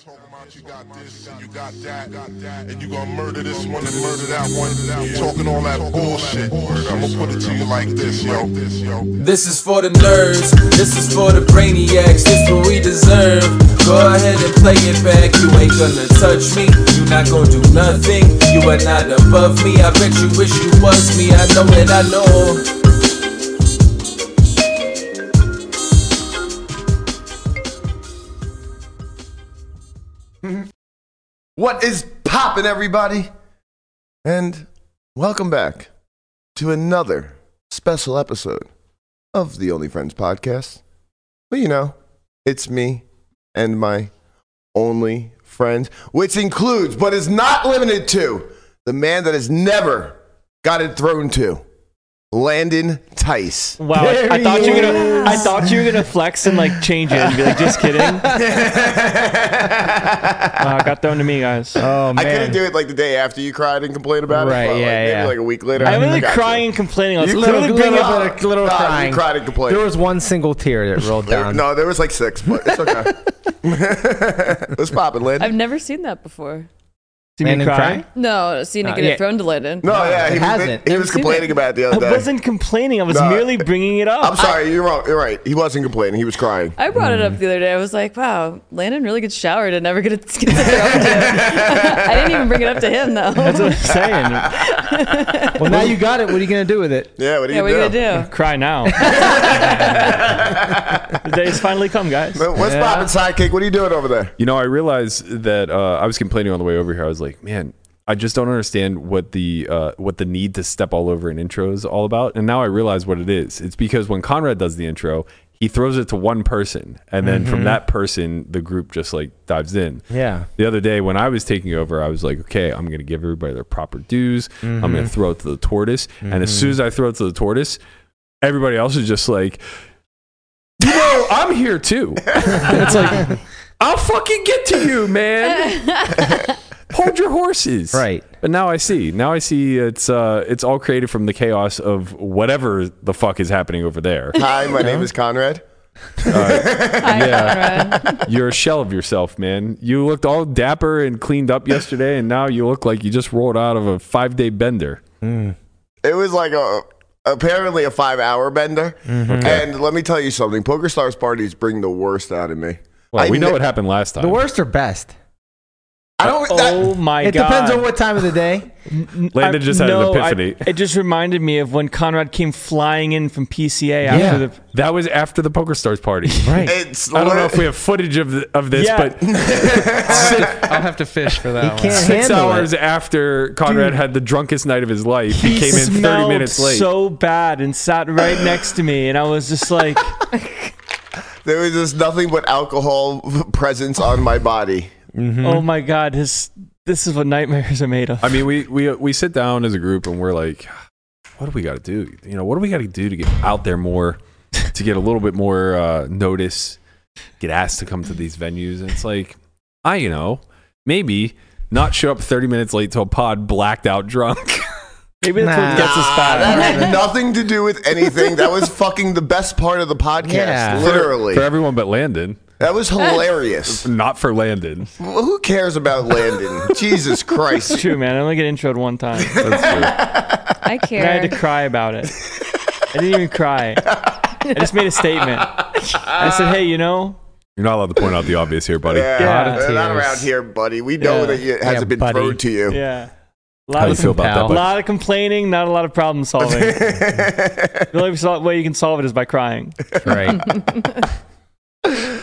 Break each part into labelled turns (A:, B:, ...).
A: Talk about you got this and you got that, and you gonna murder this one and murder that one. Talking all that bullshit. I'm gonna put it to you like this, yo.
B: This is for the nerds, this is for the brainiacs, this what we deserve. Go ahead and play it back, you ain't gonna touch me, you not gonna do nothing, you are not above me. I bet you wish you was me, I know it, I know.
C: What is poppin', everybody? And welcome back to another special episode of the Only Friends podcast. But you know, it's me and my only friend, which includes, but is not limited to, the man that has never got it thrown to, Landon Tice.
D: Wow, I, I thought you were gonna, I thought you were gonna flex and like change it and be like, just kidding. uh, got thrown to me, guys.
E: Oh man,
C: I couldn't do it like the day after you cried and complained about
E: Right,
C: it. but, like,
E: yeah,
C: maybe
E: yeah.
C: like a week later.
D: I literally
C: got you.
D: crying and complaining. I was
C: You
D: literally
C: could've
D: being
C: been
D: up-
C: up-
E: little, little
C: Ah, you
E: crying.
C: cried and complained.
E: There was one single tear that rolled
C: There-
E: down.
C: No, there was like six, but it's okay. Let's pop it, Lynn.
F: I've never seen that before.
D: see me
E: Landon
D: cry.
F: No, seen it
E: Uh,
F: get
E: yeah.
F: it thrown to London.
C: no, yeah,
E: it
C: he
E: hasn't.
C: was, he was
F: Never seen
C: complaining
F: it.
C: about it the
D: I
C: other day.
D: wasn't complaining. I was
C: No.
D: merely bringing it up.
C: I'm sorry, you're wrong. You're right. He wasn't complaining. He was crying.
F: I brought it up the other day. I was like, "Wow, Landon really gets showered and never gets gets it thrown to him." I didn't even bring it up to him though.
D: That's what I'm saying.
E: well, now you got it. What are you gonna do with it?
C: Yeah, what do
F: yeah,
C: you
F: what are you
C: do?
F: gonna do?
D: cry now. the day's finally come, guys.
C: But What's
E: Yeah.
C: poppin', sidekick? What are you doing over there?
G: You know, I realized that uh, I was complaining on the way over here. I was like, man, I just don't understand what the uh, what the need to step all over an intro is all about. And now I realize what it is. It's because when Conrad does the intro, he throws it to one person, and then from that person, the group just like dives in.
E: Yeah.
G: The other day when I was taking over, I was like, okay, I'm gonna give everybody their proper dues. I'm gonna throw it to the tortoise, and as soon as I throw it to the tortoise, everybody else is just like. You know, I'm here too. it's like I'll fucking get to you, man. Hold your horses.
E: Right.
G: But now I see. Now I see it's uh it's all created from the chaos of whatever the fuck is happening over there.
C: Hi, my name is Conrad.
F: Hi,
G: Yeah.
F: Conrad.
G: You're a shell of yourself, man. You looked all dapper and cleaned up yesterday and now you look like you just rolled out of a 5-day bender.
C: It was like a apparently a five hour bender.
G: Mm-hmm.
C: And let me tell you something. Poker stars parties bring the worst out of me.
G: Well,
C: I
G: we know
C: ne-
G: what happened last time.
E: The worst or best?
C: I don't.
D: Oh my
E: it
D: god!
E: depends on what time of the day.
G: Landon
D: I-
G: just had an
D: no, I-
G: epiphany.
D: it just reminded me of when Conrad came flying in from PCA after
E: Yeah.
D: the.
G: that was after the poker stars party.
E: Right.
C: It's
G: I don't know if we have footage of th- of this,
D: Yeah.
G: but
H: I'll have to fish for that.
E: He
H: one.
E: can't
G: six
E: handle
G: hours
E: it.
G: after Conrad had the drunkest night of his life, he, came in 30
D: smelled
G: minutes late.
D: So bad and sat right next to me, and I was just like,
C: There was just nothing but alcohol presence on my body.
G: Mm-hmm.
D: "Oh my god, this this is what nightmares are made of."
G: I mean, we, we we sit down as a group and we're like, what do we got to do? You know, what do we got to do to get out there more, to get a little bit more uh, notice, get asked to come to these venues? And it's like, I you know, maybe not show up 30 minutes late to a pod, blacked out, drunk.
D: Maybe that's what
E: Nah.
D: gets us
C: Ah, that
D: back.
C: had nothing to do with anything. That was fucking the best part of the podcast.
E: Yeah.
C: Literally.
G: for everyone but Landon.
C: That was hilarious.
G: Not for Landon.
C: Who cares about Landon? Jesus
D: It's
C: Christ.
D: true, man. I only get introed one time,
G: That's true.
D: and
F: I
D: I had
F: care.
D: to cry about it. I didn't even cry. I just made a statement. I said, "Hey, you know,
G: You're not allowed to point out the obvious here, buddy.
D: Yeah.
C: They're not
E: Tears.
C: around here, buddy. We know
D: Yeah.
C: that it hasn't
E: Yeah,
C: been
E: buddy.
C: thrown to you.
D: yeah." A
G: How
D: lot,
G: do you
D: of,
G: feel about
E: pal.
G: that?
D: a
G: bud?
D: lot of complaining, not a lot of problem solving. the only sol- way you can solve it is by crying.
E: Right.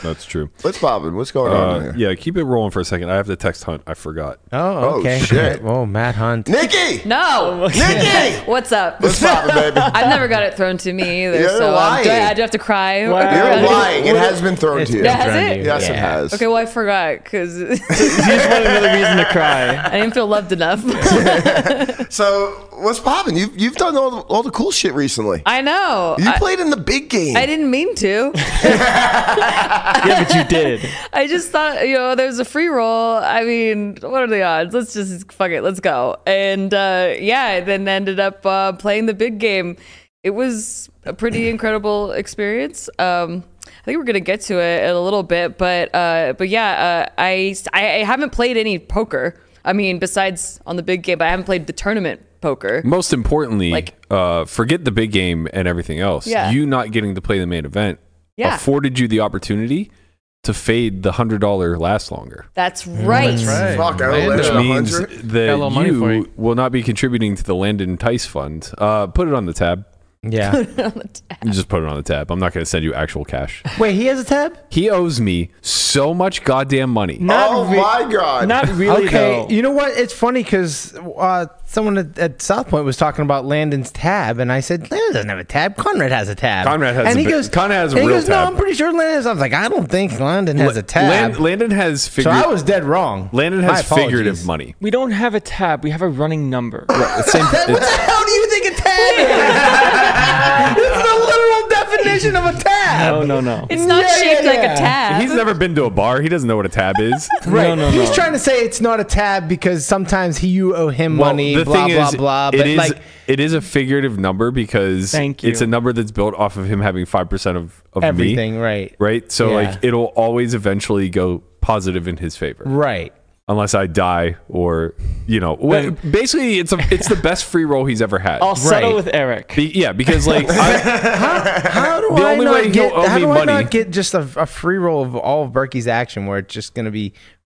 G: That's true.
C: What's poppin'? What's going on
G: Uh,
C: here?
G: yeah, keep it rolling for a second. I have to text Hunt. I forgot.
E: Oh,
C: Oh,
E: okay.
C: shit.
E: Oh, Matt Hunt.
C: Nikki!
F: No.
C: Nikki!
F: What's up?
C: What's poppin', baby?
F: I've never got it thrown to me either.
C: You're
F: so um, do I,
C: lying.
F: I do have to cry.
D: Wow.
F: around
C: You're
F: it?
C: lying. It has been thrown
E: It's
C: to you.
E: been
F: Has
E: thrown
F: it?
E: to you.
C: Yes, it
E: Yeah.
C: has.
F: Okay, well I forgot because
D: You
F: I
D: just want another reason to cry.
F: didn't feel loved enough.
C: So, what's poppin'? You've, you've done all the, all the cool shit recently.
F: I know.
C: You
F: I,
C: played in the big game.
F: I didn't mean to.
D: Yeah, but you did.
F: I just thought, you know, there's a free roll. I mean, what are the odds? Let's just fuck it, let's go. And uh, yeah, I then ended up uh, playing the big game. It was a pretty incredible experience. Um, think we're gonna get to it in a little bit, but uh, but yeah, uh, I I I haven't played any poker. I mean, besides on the big game, but I haven't played the tournament poker.
G: Most importantly,
F: Like-
G: uh, forget the big game and everything else.
F: Yeah.
G: You not getting to play the main event
F: Yeah.
G: afforded you the opportunity to fade the hundred dollar last longer,
F: That's right.
I: Fuck, I
J: Lando.
I: don't
G: which
I: let
J: Yeah.
G: means
I: 100.
J: Got a
G: that
J: little money for
G: you
J: you.
G: will not be contributing to the Landon Tice Fund. Uh, put it on the tab.
E: Yeah.
G: You just put it on the tab. I'm not going to send you actual cash.
E: Wait, he has a tab?
G: He owes me so much goddamn money.
D: Not
I: Oh
D: re-
I: my god.
D: Not really
E: okay.
D: though.
E: You know what? It's funny because uh, someone at, at South Point was talking about Landon's tab, and I said Landon doesn't have a tab. Conrad has a tab.
G: Conrad has
E: And
G: a
E: he
G: bi-
E: goes.
G: Conrad has a
E: and
G: real
E: he goes,
G: tab."
E: No, I'm pretty sure Landon. Has, I was like, I don't think Landon has a tab.
G: Land- Landon has
E: so
G: figured.
E: I was dead wrong.
G: Landon
E: My
G: has
E: apologies.
G: figurative money.
D: We don't have a tab. We have a running number.
G: It's same- it's-
E: How do you think a tab is? It's the literal definition of a tab.
D: No, no, no.
F: It's not
E: Yeah,
F: shaped
E: yeah,
F: like
E: yeah.
F: a tab.
G: he's never been to a bar. He doesn't know what a tab is.
E: Right.
D: No, no,
E: He's
D: no.
E: trying to say it's not a tab because sometimes he you owe him
G: Well,
E: money,
G: the
E: blah
G: thing
E: blah
G: is,
E: blah.
G: it
E: But
G: is
E: like
G: it is a figurative number because
D: Thank
G: it's
D: you.
G: a number that's built off of him having five percent of, of me,
E: everything, right?
G: right? So
E: Yeah.
G: like it'll always eventually go positive in his favor,
E: Right.
G: unless I die or you know. wh-
D: Then-
G: basically, it's a it's the best free roll he's ever had.
D: I'll settle
E: Right.
D: with Eric.
G: Be- yeah, because like I,
E: How do
G: The
E: I
G: only
E: not
G: way he'll
E: get?
G: owe
E: How
G: me
E: do I
G: money-
E: not get just a, a free roll of all of Berkey's action where it's just going to be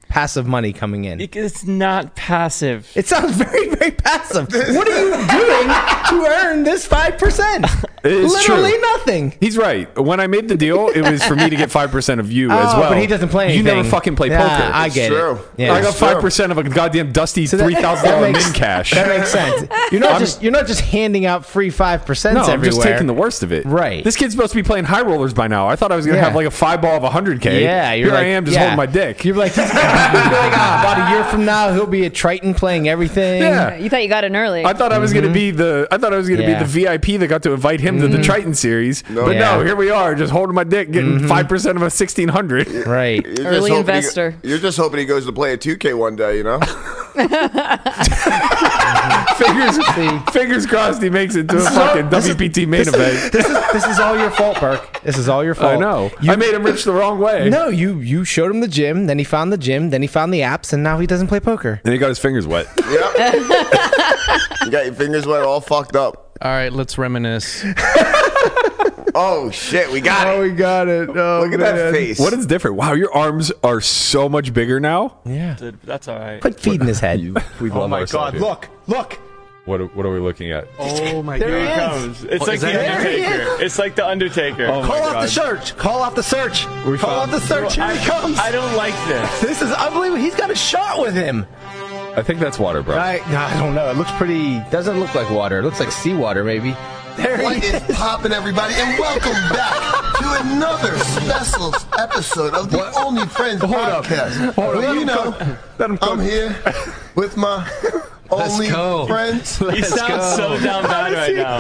E: passive money coming in?
D: It- It's not passive.
E: It sounds very very passive. What are you doing to earn this five percent?
G: It's
E: Literally
G: true.
E: nothing.
G: he's right. When I made the deal, it was for me to get five percent of you as
E: Oh,
G: well.
E: But he doesn't play.
G: You
E: Anything.
G: never fucking play
E: Yeah,
G: poker.
E: I
G: I,
E: get
I: true.
E: it. Yeah.
G: got
I: true.
G: five percent of a goddamn dusty
E: that-
G: three thousand dollar
E: that
G: min
E: makes-
G: cash.
E: That makes sense. You're not just you're not just handing out free five percent
G: No,
E: everywhere.
G: I'm just taking the worst of it.
E: Right.
G: This kid's supposed to be playing high rollers by now. I thought I was gonna
E: Yeah.
G: have like a five ball of 100k.
E: Yeah, you're
G: here
E: like-
G: I am just
E: yeah.
G: holding my dick.
E: You're like, you're like ah, about a year from now, he'll be at Triton playing everything.
G: Yeah.
F: You thought you got in early.
G: I thought I was gonna be the I thought I was gonna
E: Mm-hmm. Yeah. Mm.
G: be the VIP that got to invite him to the Triton series. But
E: Yeah. Mm-hmm.
G: no, here we are, just holding my dick, getting 5 percent of a sixteen hundred.
E: Right.
I: You're just
F: Early
I: hoping he-
F: investor.
I: you're just hoping he goes to play at 2K one day, you know?
G: fingers, fingers crossed he makes it to a fucking WPT main event.
E: This is, this is all your fault, Burke. This is all your fault.
G: I know.
E: You,
G: I made him rich the wrong way.
E: no, you you showed him the gym, then he found the gym, then he found the apps, and now he doesn't play poker.
G: And he got his fingers wet.
I: Yep. you got your fingers wet, all fucked up.
J: All right, let's reminisce.
I: Oh, shit, we got it.
E: we got it. Oh,
I: Look at that face.
G: what is different? Wow, your arms are so much bigger now.
E: Yeah.
D: Dude, That's all right.
E: Put feet in his head.
G: We've
J: Oh my God! Look, look!
G: What are, what are we looking at?
J: Oh my
E: There he
J: God!
E: is.
D: It's like
J: that
D: the
J: it?
D: Undertaker. It's like the Undertaker. Oh
J: Call off the search! Call off the search!
G: We
J: Call off
G: found-
J: the search! Here
D: I,
J: he comes!
D: I don't like this.
E: This is unbelievable. He's got a shot with him.
G: I think that's water, bro.
E: I I don't know. It looks pretty. Doesn't look like water. It looks like seawater, maybe. There he
C: What is popping, everybody, and welcome back to another special episode of the Only Friends podcast. well, you know, I'm here with my only
J: go.
C: friends.
D: He sounds so down bad right now.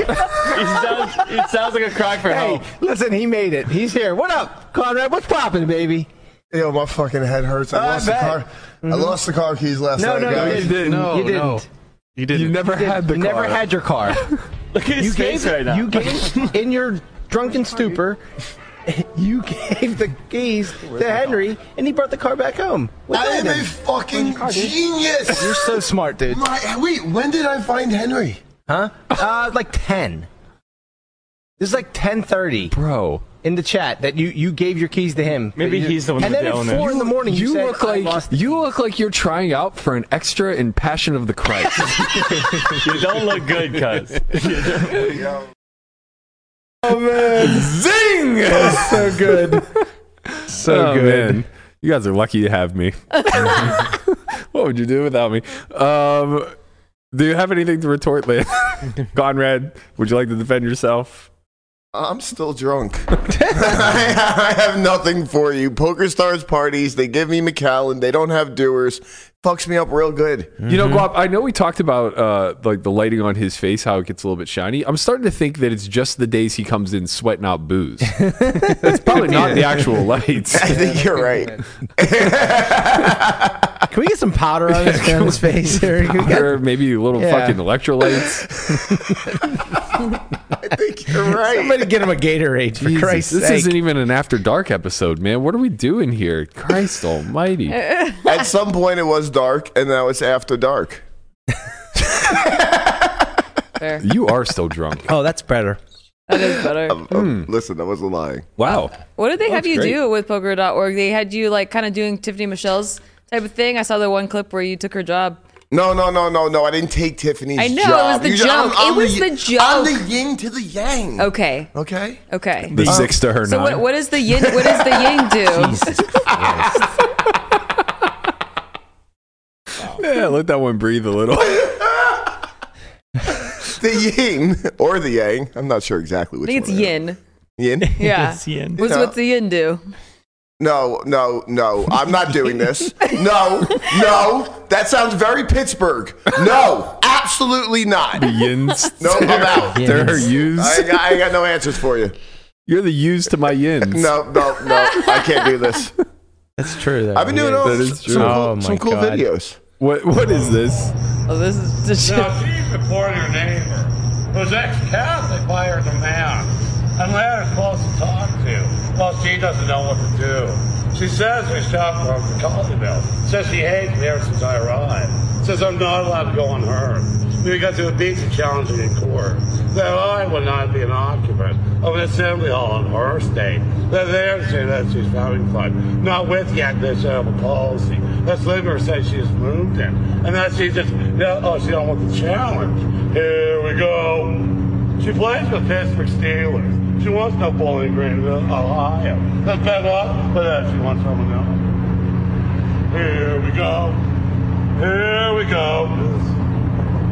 D: He sounds, it sounds like a cry for
E: Hey,
D: help.
E: listen, he made it. He's here. What up, Conrad? What's popping, baby?
C: Yo, my fucking head hurts. I
E: I
C: lost the
E: bet.
C: car. I lost the car keys last
E: No,
C: night,
E: no,
C: guys.
E: you didn't.
J: No,
E: you didn't.
J: no. You didn't.
G: You never had the
E: You never
G: car.
E: had your car.
D: Look at his
E: You
D: face
E: gave
D: right now.
E: you gave in your drunken stupor. You gave the keys to Henry, and he brought the car back home. What's
C: I am
E: that
C: a
E: then?
C: fucking genius.
E: You're so smart, dude.
C: My, wait, when did I find Henry?
E: Huh? Uh, like ten. This is like ten thirty
G: Bro,
E: in the chat that you you gave your keys to him.
D: Maybe he's the one
E: And
D: with
E: then
D: the
E: at
D: illness.
E: four in the morning, you,
G: you
E: said,
G: look
E: "I
G: like
E: lost
G: you look like you're trying out for an extra in Passion of the Christ.
D: You don't look good, cuz.
G: Zing!
E: so good.
G: so good. You guys are lucky to have me. what would you do without me? Um, do you have anything to retort, Lynn? Conrad, would you like to defend yourself?
C: Uh,
I: I'm still drunk. I have nothing for you. Poker stars parties, they give me McAllen, they don't have doers. Fucks me up real good.
G: You know, Guap, I know we talked about uh, like the lighting on his face, how it gets a little bit shiny. I'm starting to think that it's just the days he comes in sweating out booze. That's probably not the actual lights.
I: I think you're right.
E: Can we get some powder on his, on his face? Here, we got-
G: Or maybe little
E: Yeah.
G: fucking electrolytes.
I: I
C: think you're right.
E: Somebody get him a Gatorade for
G: Jesus,
E: Christ's
G: this
E: sake.
G: isn't even an after dark episode, man. What are we doing here? Christ Almighty!
C: At some point, it was dark, and now it's after dark.
F: Fair.
G: You are still drunk.
E: oh, that's better.
F: That is better.
C: Um, Listen, I wasn't lying.
G: Wow.
F: What did they have you
G: great.
F: do with poker.org? They had you like kind of doing Tiffany Michelle's type of thing. I saw the one clip where you took her job.
C: No, no, no, no, no. I didn't take Tiffany's
F: I know, it
C: job.
F: was the
C: Usually-
F: joke. It was
C: y-
F: the
C: I'm
F: joke.
C: the yin to the yang.
F: Okay.
C: Okay.
F: Okay.
G: The six to her
F: So
G: nine.
F: what, what does the yin what does the yin do?
G: Yeah, let that one breathe a little.
C: The yin or the yang. I'm not sure exactly
F: I
C: which
F: think it's
C: one it
F: yin.
C: is. Yin?
F: Yeah.
D: It's the end.
F: What's
C: Yeah.
F: what's the yin do?
C: No, no, no. I'm not doing this. No, no. That sounds very Pittsburgh. No, absolutely not.
G: Yins.
C: No, I'm out.
E: Yeah.
G: They're her
E: Yins.
G: yous.
C: I ain't, got, I ain't got no answers for you.
G: You're the yous to my yins.
C: No, no, no. I can't do this.
E: That's true. Though.
C: I've been doing all
G: That is
C: s-
G: true.
C: some,
E: Oh,
C: cool,
E: my
C: some cool
E: God.
C: videos.
G: What what is this?
F: Oh, this is just
K: Now, she's reported her neighbor, who's ex-Catholic by her demand, and let her close to talk to. Well, she doesn't know what to do. She says Michelle from Colleyville says she hates me ever since I arrived. Says I'm not allowed to go on her because it would be too challenging in court. That I would not be an occupant of an assembly hall in her state. That they're saying that she's having fun, not with yet this uh, policy. That's Labor says she's moved in, and that she just no, oh she don't want the challenge. Here we go. She plays with Pittsburgh Steelers. She wants no Bowling Green, Ohio. That's bad luck, but uh, she wants someone else. Here we go. Here we go.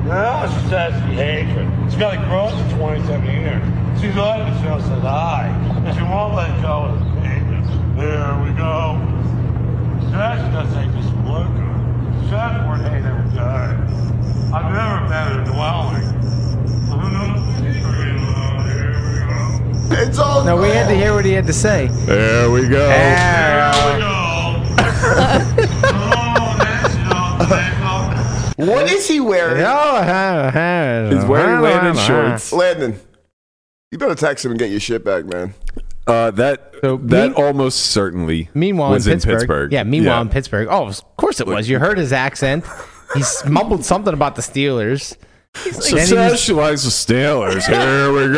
K: Now she says she hates it. She's got a girl for 27 years. She's on the show, says hi. And she won't let go of the pages. Here we go. Sex doesn't just look good. Sex word hate every day. I've never been in a dwelling.
C: It's all.
E: No, we had to hear what he had to say.
G: There we go.
E: Ah,
C: What is he
E: Oh,
C: wearing?
G: He's wearing Landon
E: uh-huh.
G: shorts.
C: Landon, you better text him and get your shit back, man.
G: Uh, that
E: So
G: that
E: me-
G: almost certainly
E: Meanwhile,
G: was
E: in,
G: in
E: Pittsburgh,
G: Pittsburgh.
E: Yeah, meanwhile
G: Yeah.
E: in Pittsburgh. Oh, of course it was. You heard his accent. He s- mumbled something about the Steelers.
G: So
E: Then he was-
G: she likes the Steelers. Here we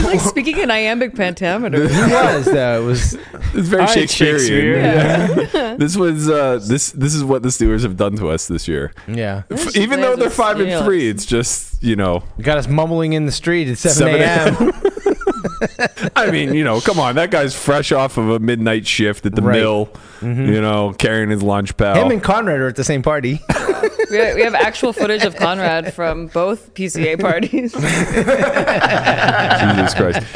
G: go.
F: like speaking in iambic pentameter.
E: He was though. It was
G: It's very
D: Hi,
G: Shakespearean.
D: Shakespeare.
G: this was uh, this this is what the Steelers have done to us this year.
E: yeah.
G: F- Even though they're five and
F: Steelers.
G: three, it's just you know.
E: Got us mumbling in the street at seven
G: 7
E: a.m.
G: I mean, you know, come on, that guy's fresh off of a midnight shift at the
E: Right. Mm-hmm.
G: mill. You know, carrying his lunch pail.
L: Oh.
E: Him and Conrad are at the same party.
F: We have, we have actual footage of Conrad from both PCA parties.
G: Jesus Christ.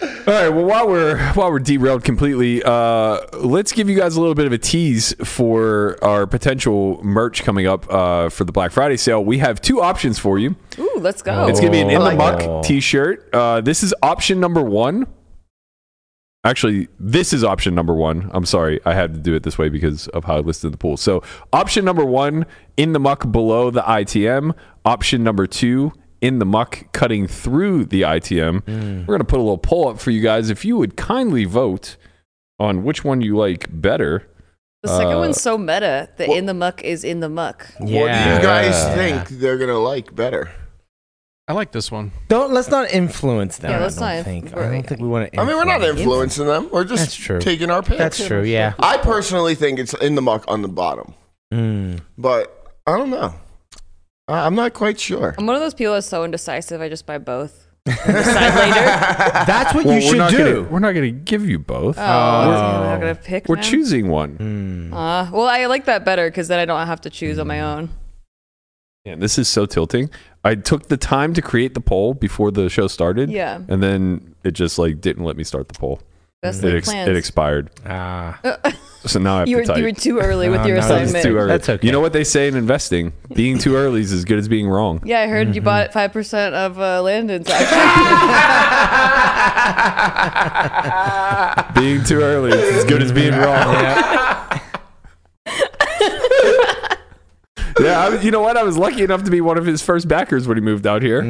G: All right. Well, while we're while we're derailed completely, uh, let's give you guys a little bit of a tease for our potential merch coming up uh, for the Black Friday sale. We have two options for you.
F: Ooh, let's go.
G: It's gonna be an in the
E: like
G: muck
E: that.
G: T-shirt. Uh, this is option number one. Actually, this is option number one. I'm sorry, I had to do it this way because of how I listed the pool. So, option number one in the muck below the ITM. Option number two in the muck cutting through the ITM. We're gonna put a little poll up for you guys. If you would kindly vote on which one you like better.
F: the second
G: uh,
F: one's so meta that in the muck is in the muck.
C: What do you guys
G: Yeah.
C: think they're gonna like better?
M: I like this one.
E: Don't let's not influence them.
F: Yeah,
E: I
F: let's
E: don't
F: not
E: think. I
F: worry.
E: don't think we want to.
C: I mean, we're not influencing them. We're just
E: That's true.
C: taking our picks.
E: That's true. Yeah.
C: I personally think it's in the muck on the bottom,
E: Mm.
C: but I don't know. I, I'm not quite sure.
F: I'm one of those people that's so indecisive. I just buy both. Decide later.
E: That's what you
G: we're
E: should
G: not
E: do.
G: Gonna, we're not gonna give you both.
F: Oh, damn, I'm not gonna pick.
G: we're
F: now?
G: choosing one.
E: mm.
F: Uh, well, I like that better because then I don't have to choose on
G: Mm-hmm.
F: my own.
G: Man, this is so tilting. I took the time to create the poll before the show started.
F: Yeah.
G: And then it just like didn't let me start the poll.
F: Best
G: It,
F: laid
G: ex-
F: plans.
G: it expired.
E: Ah,
G: So now I have
F: you were
G: to type.
F: you were too early with
E: No,
F: your
E: no,
G: It's
F: assignment.
G: too early.
E: That's okay.
G: You know what they say in investing? Being too early is as good as being wrong.
F: Yeah, I heard you bought
G: Mm-hmm.
F: five percent of uh, Landon's. Actually,
G: Being too early is as good as being wrong. Yeah. I was- you know what? I was lucky enough to be one of his first backers when he moved out here.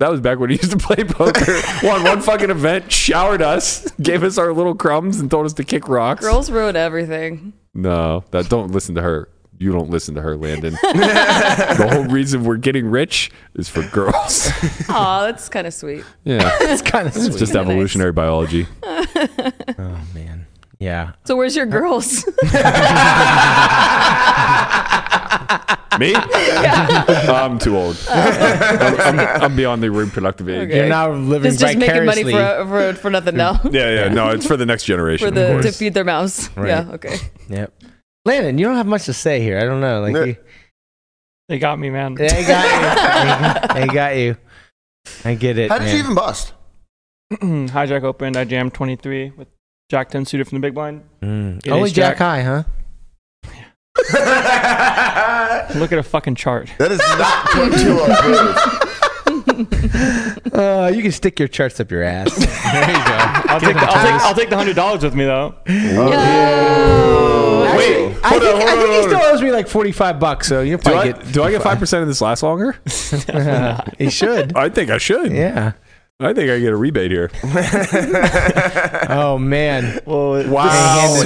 G: That was back when he used to play poker. Won one fucking event, showered us, gave us our little crumbs, and told us to kick rocks.
F: Girls ruin everything.
G: No, that don't listen to her. You don't listen to her, Landon. the whole reason we're getting rich is for girls.
F: Aw, that's kind of sweet.
G: Yeah,
L: It's kind of
G: it's just
F: Kinda nice.
G: evolutionary biology.
L: Oh man. Yeah.
F: So where's your girls?
G: Me? I'm too old. I'm, I'm- I'm beyond the reproductive age.
F: Okay.
L: You're now living
F: just just making money
L: vicariously.
F: for, for for nothing now.
G: Yeah, yeah. No, it's for the next generation.
F: For
G: of
F: the
G: course.
F: to feed their mouths. Yeah. Okay.
L: Yep. Landon, you don't have much to say here. I don't know. Like
C: No.
L: you,
D: They got me, man.
L: they got you. they got you. I get it.
C: How did
L: man.
C: you even bust?
D: Hijack opened. I jammed 23 with Jack 10 suited from the big blind.
L: Mm.
D: It
L: Only
D: is
L: Jack,
D: Jack.
L: High, huh?
C: that
D: Look at a fucking chart.
C: is not 22 on booze.
L: Uh, you can stick your charts up your ass.
E: There you go.
D: I'll take, the, I'll, take, I'll take the hundred dollars with me though.
G: Oh, Wait,
L: I
G: hold
L: think,
G: on, hold
L: I
G: on,
L: think he
G: hold
L: still
G: on.
L: owes me like forty-five bucks. So you'll
G: Do I,
L: probably get.
G: do I get five percent of this last longer?
L: he should.
G: I think I should.
L: Yeah.
G: I think I get a rebate here.
L: Oh man.
G: Wow,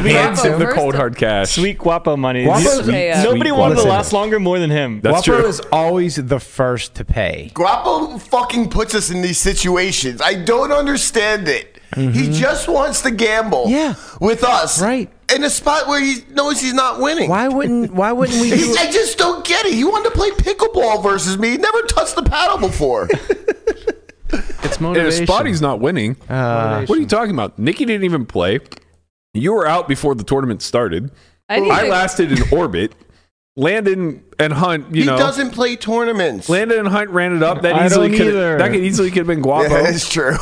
L: Sweet.
G: that's
F: Guapo
G: the
F: first.
G: cold hard cash.
D: Sweet guapo money.
L: Guapo's-
F: Okay, uh,
D: Nobody wanted to
L: Listen.
D: last longer more than him.
G: That's
L: Guapo
G: true.
L: is always the first to pay.
C: Guapo fucking puts us in these situations. I don't understand it. He just wants to gamble
L: Mm-hmm. Yeah.
C: with us.
L: Right.
C: In a spot where he knows he's not winning.
L: Why wouldn't Why wouldn't we?
C: He,
L: Do,
C: I just don't get it. He wanted to play pickleball versus me. He never touched the paddle before.
E: It's
G: If
E: motivation.
G: Spotty's not winning, what are you talking about? Nikki didn't even play. You were out before the tournament started.
F: I need
G: I
F: to-
G: lasted in orbit. Landon and Hunt, you
C: he
G: know,
C: doesn't play tournaments.
G: Landon and Hunt ran it up. That
D: I
G: easily
D: don't
G: could
D: either.
G: that could easily could have been Guapo.
C: yeah, it's true.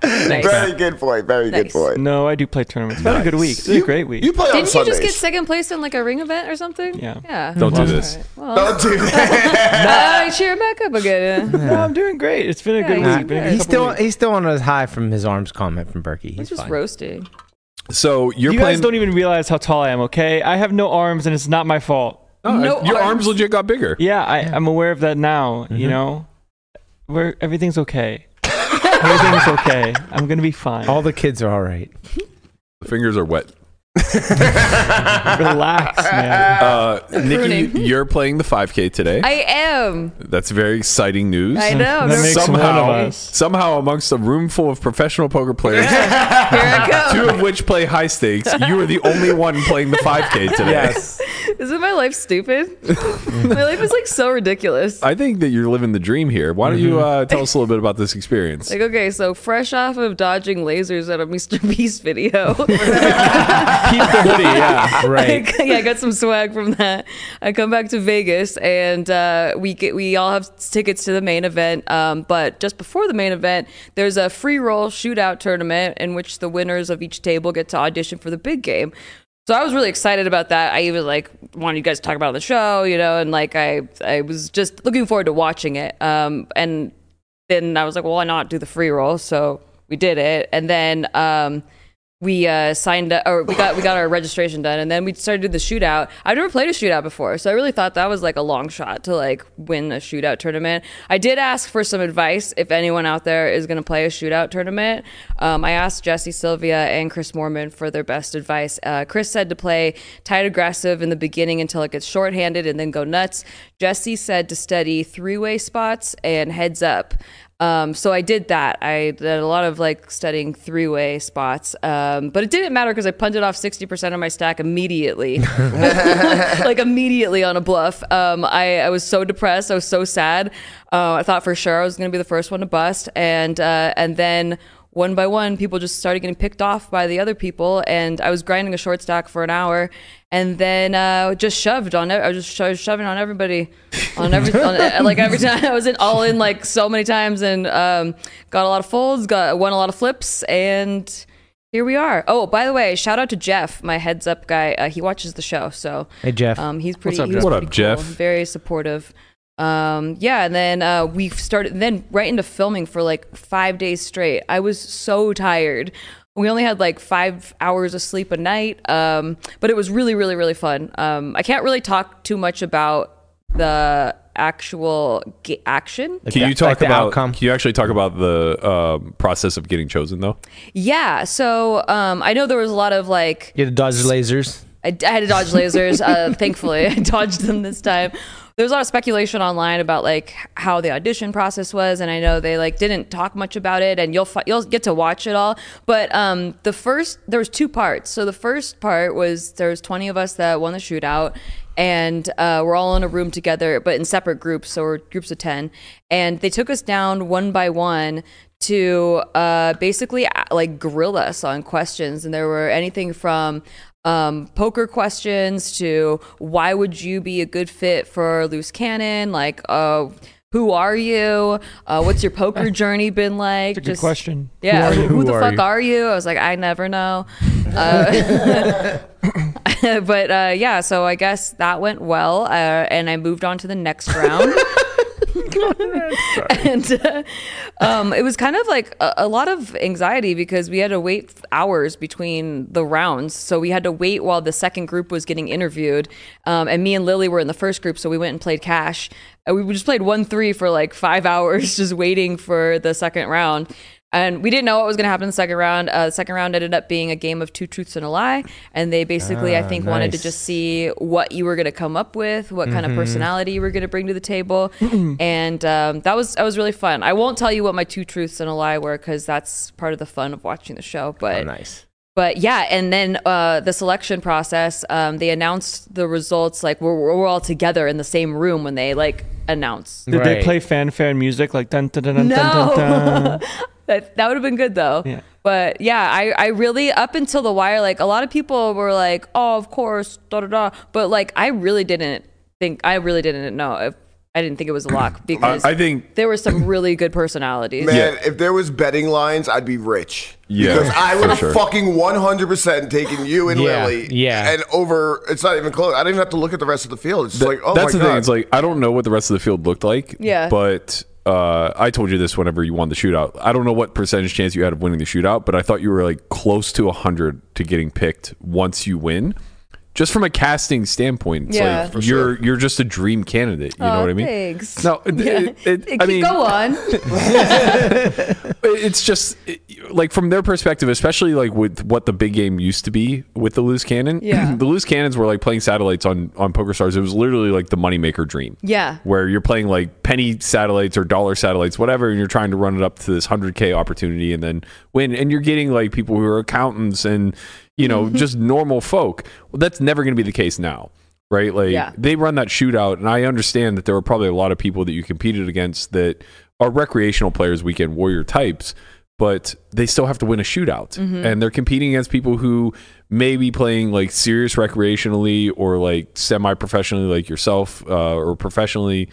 F: Nice.
C: Very good point. Very
F: Nice.
C: good point.
D: No, I do play tournaments. It's been a good week. It's been a great week.
C: You play on
F: Didn't you
C: Sundays.
F: just get second place in like a ring event or something?
D: Yeah.
F: Yeah.
G: Don't do
F: All
G: this.
F: right. Well,
C: Don't do that.
F: I cheer him back up again. eh?
D: No, I'm doing great. It's been a good
F: Yeah,
D: week. Been a
F: you're
D: good
L: he's
D: couple
L: still
D: weeks.
L: He's still on his high from his arms comment from Berkey.
F: He's
L: He's
F: just
L: fine.
F: roasting.
G: So you're
D: you
G: playing.
D: guys don't even realize how tall I am. Okay, I have no arms, and it's not my fault.
G: No,
F: No
G: your
F: arms.
G: arms legit got bigger.
D: Yeah, Mm-hmm. I, I'm aware of that now. You know, where everything's okay. everything's okay. I'm gonna be fine.
L: All the kids are all right.
G: The fingers are wet.
D: Relax, man.
G: Uh, Nikki,
F: Pruning.
G: you're playing the 5K today.
F: I am.
G: That's very exciting news.
F: I know.
D: That makes
F: Somehow.
D: one of
G: Somehow,
D: us.
G: somehow, amongst a room full of professional poker players,
F: Here I
G: two
F: go.
G: of which play high stakes, you are the only one playing the 5K today.
F: Isn't my life stupid? my life is like so ridiculous.
G: I think that you're living the dream here. Why don't you uh, tell us a little bit about this experience?
F: Like, okay, so fresh off of dodging lasers at a Mr. Beast video.
G: Keep the hoodie, yeah.
L: Right.
F: yeah, I got some swag from that. I come back to Vegas and uh, we get we all have tickets to the main event. Um, but just before the main event, there's a free roll shootout tournament in which the winners of each table get to audition for the big game. So I was really excited about that. I even like wanted you guys to talk about it on the show, you know, and like I I was just looking forward to watching it. Um, and then I was like, well, why not do the free roll? So we did it, and then um, we uh, signed up, or we got we got our registration done, and then we started to do the shootout. I've never played a shootout before, so I really thought that was like a long shot to like win a shootout tournament. I did ask for some advice if anyone out there is going to play a shootout tournament. Um, I asked Jesse Sylvia and Chris Mormon for their best advice. Uh, Chris said to play tight aggressive in the beginning until it gets shorthanded, and then go nuts. Jesse said to study three way spots and heads up. Um, so I did that. I did a lot of like studying three way spots, um, but it didn't matter because I punted off 60% of my stack immediately, like immediately on a bluff. Um, I, I was so depressed. I was so sad. Uh, I thought for sure I was going to be the first one to bust. And, uh, and then one by one, people just started getting picked off by the other people. And I was grinding a short stack for an hour and then uh, just shoved on, ev- I was just sho- shoving on everybody, on every, on, uh, like every time I was in all in like so many times and um, got a lot of folds, got won a lot of flips and here we are. Oh, by the way, shout out to Jeff, my heads up guy. Uh, he watches the show. So
L: Hey Jeff.
F: um, he's pretty.
E: What's up,
F: he
E: Jeff?
F: was
G: What
F: pretty
G: up, Jeff?
F: cool, Very supportive. Um, yeah, and then uh, we started. Then right into filming for like five days straight. I was so tired. We only had like five hours of sleep a night, um, but it was really, really, really fun. Um, I can't really talk too much about the actual ga- action.
G: Can
E: the-
G: you talk
E: like the
G: about?
E: outcome.
G: Can you actually talk about the um, process of getting chosen though?
F: Yeah. So um, I know there was a lot of like
E: You had to dodge lasers.
F: I, I had to dodge lasers. Uh, thankfully, I dodged them this time. There was a lot of speculation online about like how the audition process was, and I know they like didn't talk much about it. And you'll fi- you'll get to watch it all. But um, the first there was two parts. So the first part was there was 20 of us that won the shootout, and uh, we're all in a room together, but in separate groups. So we're groups of 10, and they took us down one by one to uh, basically uh, like grill us on questions. And there were anything from um, poker questions to why would you be a good fit for loose cannon? Like, uh, who are you? Uh, what's your poker journey been like?
D: Good question.
F: Yeah, who, the
E: Who are
F: fuck
E: you?
F: are you? I was like, I never know. Uh, but uh, yeah, so I guess that went well, uh, and I moved on to the next round. and uh, um, it was kind of like a, a lot of anxiety because we had to wait hours between the rounds. So we had to wait while the second group was getting interviewed. Um, and me and Lily were in the first group, so we went and played cash. And we just played one three for like five hours, just waiting for the second round. And we didn't know what was going to happen in the second round. Uh, the second round ended up being a game of two truths and a lie. And they basically, I
E: Ah,
F: think, wanted to
E: nice. Mm-hmm.
F: just see what you were going to come up with, what kind of personality you were going to bring to the table, and um, that was that was really fun. I won't tell you what my two truths and a lie were because that's part of the fun of watching the show. But
E: Oh, nice.
F: but yeah, and then uh, the selection process, um, they announced the results like we're we're all together in the same room when they like announce.
D: Did
E: Right.
D: they play fanfare music like dun dun dun dun
F: No.
D: dun dun? dun?
F: That that would have been good though.
D: Yeah.
F: But yeah, I, I really up until the wire, like a lot of people were like, oh, of course, da da da. But like, I really didn't think, I really didn't know if I didn't think it was a lock
G: I,
F: because
G: I think
F: there were some really good personalities.
N: Man, if there was betting lines, I'd be rich.
G: Yeah,
N: because I
G: for
N: would have
G: sure.
N: fucking one hundred percent taken you and
E: Yeah,
N: Lily.
E: yeah.
N: and over. It's not even close. I didn't even have to look at the rest of the field. It's just like, oh
G: that's
N: my
G: the
N: god,
G: thing. It's like I don't know what the rest of the field looked like.
F: Yeah.
G: But uh, I told you this whenever you won the shootout. I don't know what percentage chance you had of winning the shootout, but I thought you were like close to hundred to getting picked once you win. Just from a casting standpoint, it's
F: Yeah.
G: like you're you're just a dream candidate. You know
F: Aw,
G: what I mean?
F: Oh, Thanks.
G: No, it, it, it- I
F: Keep-
G: mean,
F: go on.
G: it- it's just it- like from their perspective, especially like with what the big game used to be with the loose cannon.
F: Yeah.
G: the loose cannons were like playing satellites on on Poker Stars. It was literally like the moneymaker dream.
F: Yeah.
G: where you're playing like penny satellites or dollar satellites, whatever, and you're trying to run it up to this 100K opportunity and then win. And you're getting like people who are accountants and, you
F: Mm-hmm.
G: know, just normal folk. Well, that's never going to be the case now, right? Like
F: Yeah.
G: they run that shootout, and I understand that there were probably a lot of people that you competed against that are recreational players, weekend warrior types. But they still have to win a shootout, and they're competing against people who may be playing like serious recreationally or like semi-professionally, like yourself, uh, or professionally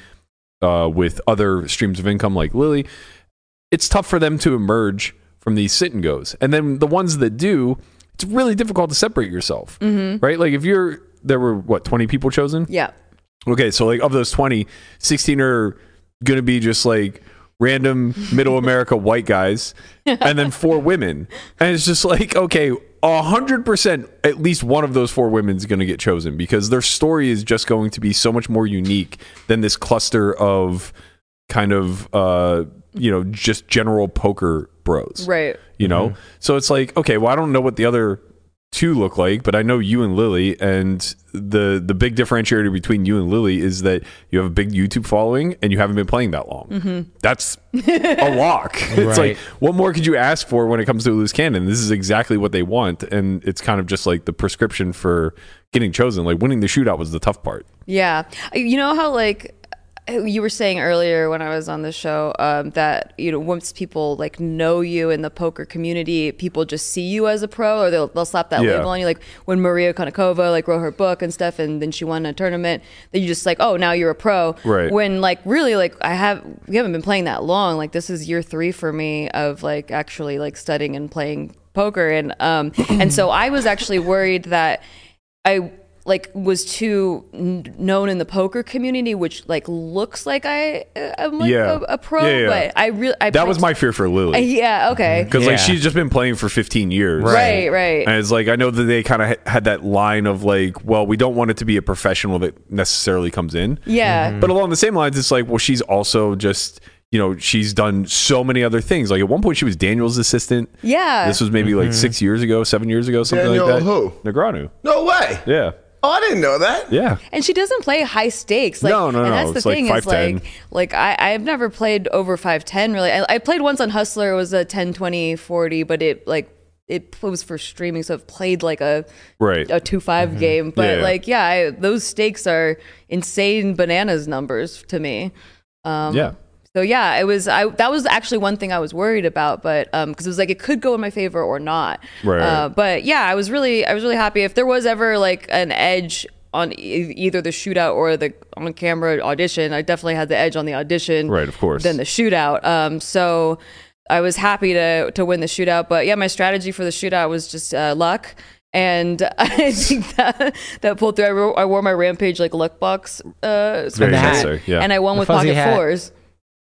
G: uh, with other streams of income like Lily, it's tough for them to emerge from these sit and goes. And then the ones that do, it's really difficult to separate yourself, right? Like if you're, there were what, 20 people chosen?
F: Yeah.
G: Okay, so like of those 20, 16 are going to be just like random middle America white guys and then four women. And it's just like, okay, 100% at least one of those four women is going to get chosen because their story is just going to be so much more unique than this cluster of kind of, uh, you know, just general poker bros
F: Right.
G: you know
F: Mm-hmm.
G: so it's like okay well i don't know what the other two look like but i know you and lily and the the big differentiator between you and lily is that you have a big youtube following and you haven't been playing that long
F: Mm-hmm.
G: that's a lock it's like
E: Right.
G: what more could you ask for when it comes to a loose cannon this is exactly what they want and it's kind of just like the prescription for getting chosen like winning the shootout was the tough part
F: Yeah. Uh, You know how like you were saying earlier when I was on the show um, that you know once people like know you in the poker community, people just see you as a pro, or they'll, they'll slap that
G: Yeah.
F: label on you. Like when Maria Konnikova like wrote her book and stuff, and then she won a tournament, then you just like, oh, now you're a pro.
G: Right.
F: When like really like I have we haven't been playing that long. Like this is year three for me of like actually like studying and playing poker, and um and so I was actually worried that I like was too n- known in the poker community, which like looks like I am like
G: Yeah.
F: a, a pro,
G: Yeah, yeah.
F: but I really I
G: That was my
F: picked-
G: fear for Lily.
F: yeah okay
G: because
E: Yeah.
G: like she's just been playing for 15 years
F: right right,
G: and it's like i know that they kind of ha- had that line of like well we don't want it to be a professional that necessarily comes in
F: yeah
G: Mm-hmm. but along the same lines it's like well she's also just you know she's done so many other things like at one point she was daniel's assistant
F: yeah
G: this was maybe like six years ago seven years ago something like
C: Daniel
G: that who negranu
C: No way.
G: yeah
C: Oh, I didn't know that.
G: yeah
F: and she doesn't play high stakes. Like,
G: No, no,
F: And
G: no,
F: that's the
G: it's like
F: thing is
G: 5'10".
F: like, like I, I've never played over five ten really. I, I played once on Hustler. It was a 10, 20, 40, but it like it was for streaming, so it played like a
G: right Mm-hmm.
F: a two game. But
G: Yeah.
F: like, yeah, I, those stakes are insane bananas numbers to me. Um,
G: yeah
F: So yeah, it was. I that was actually one thing I was worried about, but um, because it was like it could go in my favor or not.
G: Right.
F: Uh, but yeah, I was really, I was really happy. If there was ever like an edge on e- either the shootout or the on camera audition, I definitely had the edge on the audition.
G: Right, of course.
F: Than the shootout. Um, so I was happy to to win the shootout, but yeah, my strategy for the shootout was just uh, luck. And I think that that pulled through. I wore, I wore my rampage like luck box uh,
G: Very
F: sweatshirt,
G: necessary, yeah.
F: and I won
E: The
F: with
E: fuzzy
F: pocket
E: hat.
F: fours.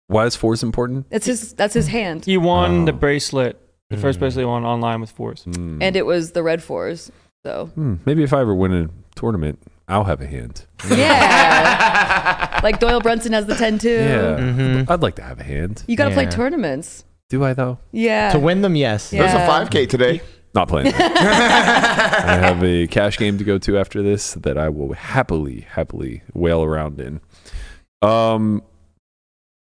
G: why is force important
F: That's his. That's his hand,
D: He won the bracelet, the first
L: Mm-hmm.
D: bracelet he won online with fours.
F: and it was the red fours. So
G: hmm, maybe if i ever win a tournament i'll have a hand
F: yeah, like Doyle Brunson has the ten two.
G: yeah i'd like to have a hand
F: You gotta play
E: Yeah.
F: tournaments.
G: do i though
F: Yeah.
E: To win them, yes.
F: Yeah.
C: There's a 5K today.
G: Not playing. I have a cash game to go to after this that I will happily, happily wail around in. Um,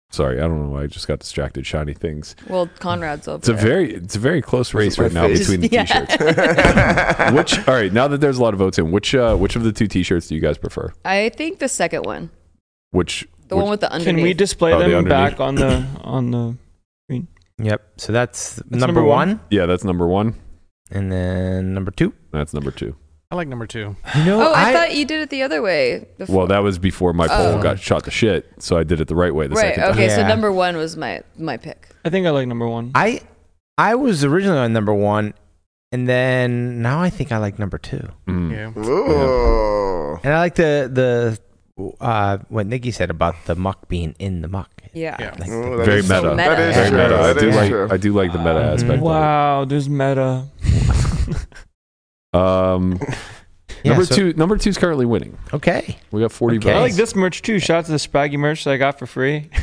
G: sorry, I don't know why I just got distracted. Shiny things.
F: Well, Conrad's up.
G: It's a very, it's a very close race
C: my
G: right now
C: face?
G: between the
F: Yeah.
G: t-shirts. which, all right, now that there's a lot of votes in, which, uh, which of the two t-shirts do you guys prefer?
F: I think the second one,
G: Which,
F: the
G: which
F: one with the underneath.
D: Can we display
G: Oh, the
D: them
G: underneath.
D: back on the on the?
E: Yep. So that's, number,
D: number
E: one.
D: one.
G: yeah, that's number one.
E: and then number two.
G: That's number two.
E: I like number two.
F: oh, I, thought you did it the other way. The f-
G: Well, that was before my poll
F: Oh.
G: got shot to shit, so I did it the right way the
F: right.
G: second time.
F: Okay, so
E: Yeah.
F: number one was my my pick.
D: I think I like number one.
E: I I was originally on number one, and then now I think I like number two,
G: Mm.
C: Ooh.
E: and I like the the uh, what Nikki said about the muck being in the muck.
F: Yeah.
E: Like,
C: Ooh, that
G: Very
C: is-
G: meta.
F: so meta.
C: That is
G: Very
C: true.
G: meta. I
C: That
G: do
C: is
G: like
C: true.
G: I do like the meta aspect. Wow.
D: wow, there's meta.
G: Um,
E: yeah,
G: number
E: so-
G: two, number two's currently winning.
E: Okay.
G: We got forty
E: Okay.
D: I
G: votes.
D: like this merch too. Shout out to the Spaggy merch that I got for free.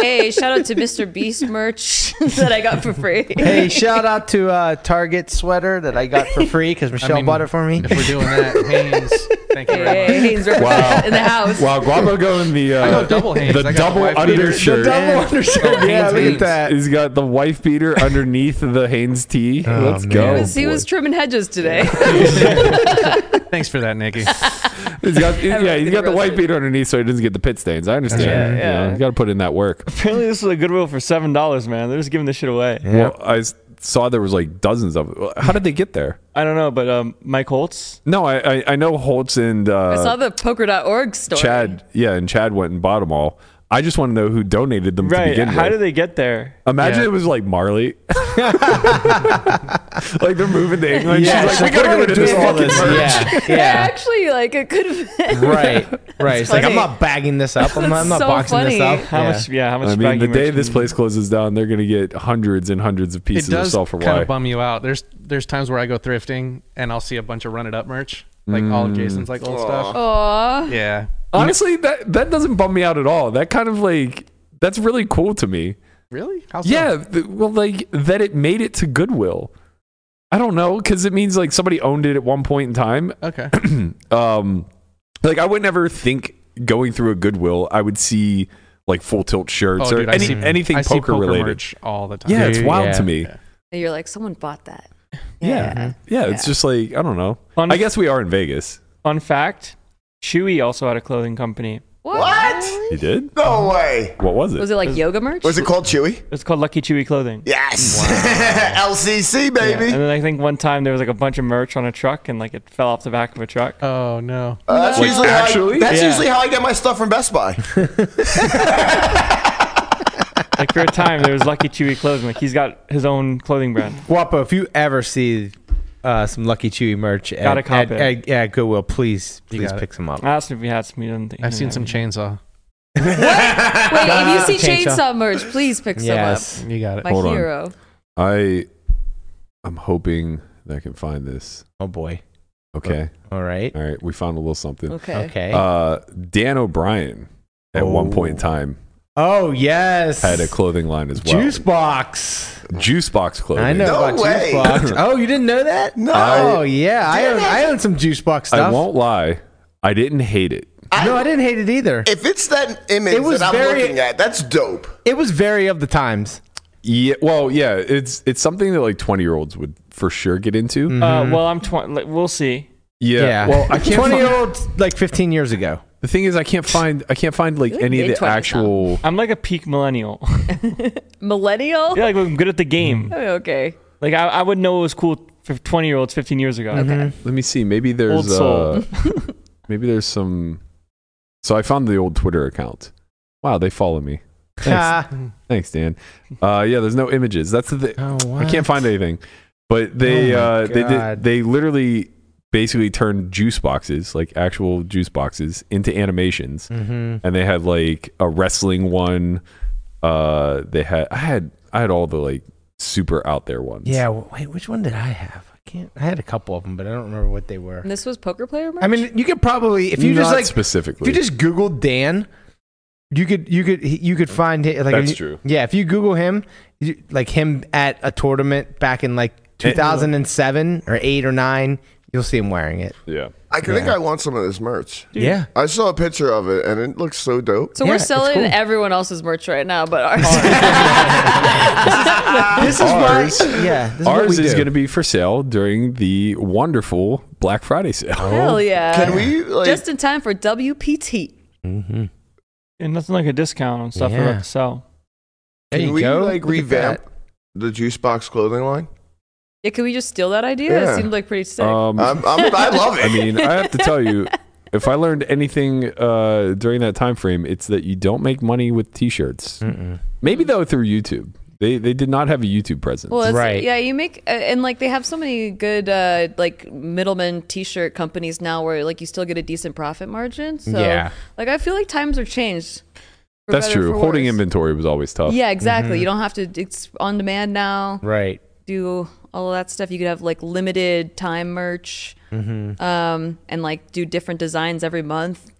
F: Hey, shout out to Mr. Beast merch that I got for free.
E: Hey, shout out to uh, Target sweater that I got for free because Michelle mean, bought it for me.
B: If we're doing that, Haynes, thank you
F: Hey,
B: very much.
F: Haynes represent
G: Wow.
F: in the house.
G: Wow, Guapo going the uh,
B: I got double hands.
G: the
B: I got
G: double
B: wife beater.
G: undershirt.
E: The double
B: Oh,
E: undershirt.
B: Haynes
E: yeah, look at
B: Haynes.
E: that.
G: He's got the wife beater underneath the Hanes tee.
E: Oh,
G: Let's
E: man.
G: go.
F: he was, he
G: boy.
F: was trimming hedges today.
B: Thanks for that, Nikki.
G: He's got, yeah, he's
F: Everything's
G: got the white
F: roasted.
G: beater underneath, so he doesn't get the pit stains. I understand.
E: Yeah,
G: You know,
D: yeah.
G: you got to put in that work.
D: Apparently, this was a Goodwill for seven dollars, man. They're just giving this shit away.
G: Well, I s- saw there was like dozens of. Well, How did they get there?
D: I don't know, but um, Mike Holtz.
G: No, I I, I know Holtz and uh,
F: I saw the poker.org story.
G: Chad, yeah, and Chad went and bought them all. I just want to know who donated them to
D: Right?
G: begin
D: How
G: with.
D: did they get there?
G: Imagine
B: Yeah.
G: it was like Marley. like they're moving to England.
E: Yeah,
G: She's like, we gotta get rid of this
E: all
G: fucking
E: this.
G: merch.
E: Yeah,
F: Yeah,
E: yeah.
F: actually, like a good.
E: right, right. It's like I'm
F: funny.
E: not bagging this up. I'm, not- I'm not
F: That's so
E: boxing this
F: funny.
E: up.
D: How
E: Yeah.
D: much? Yeah, how much?
G: I mean, the
D: Spaggy
G: day
D: merch
G: this
D: can-
G: place closes down, they're gonna get hundreds and hundreds of
B: It
G: pieces of
B: does
G: sulfur
B: kind
G: Y.
B: of bum you out. There's there's times where I go thrifting and I'll see a bunch of run it up merch, like
G: Mm.
B: all
E: Mm.
B: of Jason's like old stuff.
F: Aw.
B: Yeah,
G: Honestly, that that doesn't bum me out at all. That kind of like that's really cool to me.
B: really? How so?
G: Yeah, th- well, like that it made it to Goodwill. I don't know because it means like somebody owned it at one point in time,
B: Okay.
G: um like i would never think going through a goodwill i would see like full tilt shirts
B: Oh,
G: or
B: dude, I
G: any,
B: see,
G: anything
B: I see
G: poker, related
B: merch all the time.
G: yeah it's
E: Dude,
G: wild
E: yeah.
G: to me yeah.
B: Yeah.
F: And you're like, someone bought that.
G: Yeah. it's
F: Yeah.
G: just like i don't know
D: Fun-
G: i guess we are in vegas
D: Fun fact: Chewy also had a clothing company.
F: What?
G: you did
C: No way.
G: what was it,
F: Was it like yoga merch?
C: Was it called Chewy?
D: It's called Lucky Chewy Clothing.
C: Yes. LCC,
D: Yeah,
C: baby.
D: And then I think one time there was like a bunch of merch on a truck, and like it fell off the back of a truck.
B: Oh no.
C: Uh, that's
G: Like,
C: usually how
G: actually?
C: I, that's
D: Yeah.
C: usually how I get my stuff from Best Buy.
D: Like for a time, there was Lucky Chewy Clothing. Like he's got his own clothing brand.
E: Guapo, if you ever see uh, some Lucky Chewy merch at,
D: Gotta cop
E: at,
D: it.
E: at- yeah, at Goodwill. Please,
K: You
E: please
K: got it.
E: pick some up.
D: I asked if he had some. He didn't.
K: I've seen some chainsaw.
F: Wait, if you see
E: Chainsaw.
F: chainsaw merch, please pick
E: Yes.
K: You got
F: some up.
K: it.
F: My
G: Hold on.
F: hero.
G: I I'm hoping that I can find this.
E: Oh boy.
G: Okay.
E: All right.
G: All right. We found a little something.
F: Okay.
E: Okay.
G: Uh Dan O'Brien at one point in time
E: oh yes.
G: had a clothing line as well.
E: Juice box.
G: Juice box clothing.
E: I know
C: No
E: about
C: way.
E: juice box. Oh, you didn't know that?
C: No.
E: Oh yeah, I
C: Damn
E: own,
C: it.
E: I own some juice box
G: I
E: stuff.
G: won't lie. I didn't hate it.
E: no, I didn't hate it either.
C: If it's that image
E: It was
C: that I'm
E: very-
C: looking at, that's dope.
E: It was very of the times.
G: Yeah. Well, yeah. It's it's something that like twenty year olds would for sure get into.
K: Mm-hmm.
D: Uh, well, I'm 20. like, We'll see.
G: Yeah. Well, I can't.
E: Twenty
G: Find,
E: year old, like fifteen years ago.
G: the thing is, I can't find I can't find like any of the
F: mid-twenties
G: actual.
D: I'm like a peak millennial.
F: Millennial? Oh,
D: yeah, like I'm good at the game.
K: Mm-hmm.
F: Okay.
D: Like I, I would know it was cool for 20 year olds 15 years ago.
F: Okay.
E: Mm-hmm.
K: Mm-hmm.
G: Let me see. Maybe
D: Old
G: there's
D: soul.
G: uh, maybe there's some. So I found the old Twitter account. Wow, they follow me. Thanks,
E: Ah.
G: thanks, Dan. Uh, yeah, there's no images. That's the thing.
E: Oh,
G: I can't find anything. But they
E: Oh my
G: uh, they did
E: God.
G: they literally basically turned juice boxes like actual juice boxes into animations,
E: Mm-hmm.
G: and they had like a wrestling one. Uh, they had I had I had all the like super out there ones.
E: Yeah. w- Wait, which one did I have? I can't. I had a couple of them, but I don't remember what they were.
F: And this was poker player merch?
E: I mean, you could probably if you
G: Not
E: just like if
G: specifically.
E: you just Googled Dan, you could you could you could find it. Like,
G: That's
E: you-
G: true.
E: Yeah, if you Google him, you, like him at a tournament back in like 2007 or eight or nine, you'll see him wearing it.
G: yeah.
C: I think
E: Yeah.
C: I want some of this merch.
E: Yeah.
C: I saw a picture of it and it looks so dope.
F: so
E: yeah,
F: we're
E: it's
F: selling
E: cool.
F: everyone else's merch right now, but ours.
E: This is
G: Ours-
E: why. Yeah. This is what
G: Ours
E: we
G: is
E: do.
G: going to be for sale during the wonderful Black Friday sale.
E: Oh.
F: Hell yeah.
C: Can we like
F: Just in time for WPT.
E: Mm-hmm.
D: And nothing like a discount on stuff we're
E: Yeah.
D: about to sell.
E: There
C: can
E: you
C: we
E: go.
C: like
E: Look at
C: revamp
E: that.
C: the juice box clothing line?
F: Yeah, can we just steal that idea?
C: Yeah.
F: It seemed like pretty sick.
G: Um,
C: I'm, I'm, I love it.
G: I mean, I have to tell you, if I learned anything uh, during that time frame, it's that you don't make money with T-shirts.
E: Mm-mm.
G: Maybe though through YouTube, they they did not have a YouTube presence.
F: well, it's,
E: right.
F: yeah, you make uh, and like they have so many good uh like middleman t-shirt companies now where like you still get a decent profit margin. So
E: Yeah.
F: like I feel like times are changed. for
G: That's
F: better,
G: true.
F: for
G: Holding
F: worse.
G: inventory was always tough.
F: Yeah, exactly.
E: Mm-hmm.
F: You don't have to. It's on demand now.
E: Right.
F: Do all of that stuff. You could have like limited time merch,
E: Mm-hmm.
F: um, and like do different designs every month.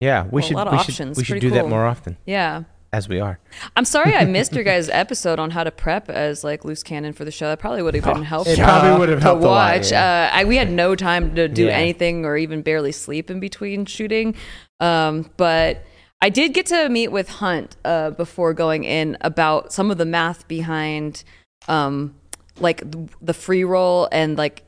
E: Yeah. We
F: Well, a
E: should.
F: lot of
E: we
F: options.
E: should. We should
F: Pretty
E: do that
F: cool.
E: more often,
F: Yeah,
E: as we are.
F: I'm sorry I missed your guys' episode on how to prep as like loose cannon for the show. That probably would have been helpful.
E: It probably would have
F: to
E: helped a lot,
F: watch.
E: yeah.
F: Uh, I, we had no time to do
E: Yeah.
F: anything or even barely sleep in between shooting. Um, but I did get to meet with Hunt uh, before going in about some of the math behind um, like th- the free roll and like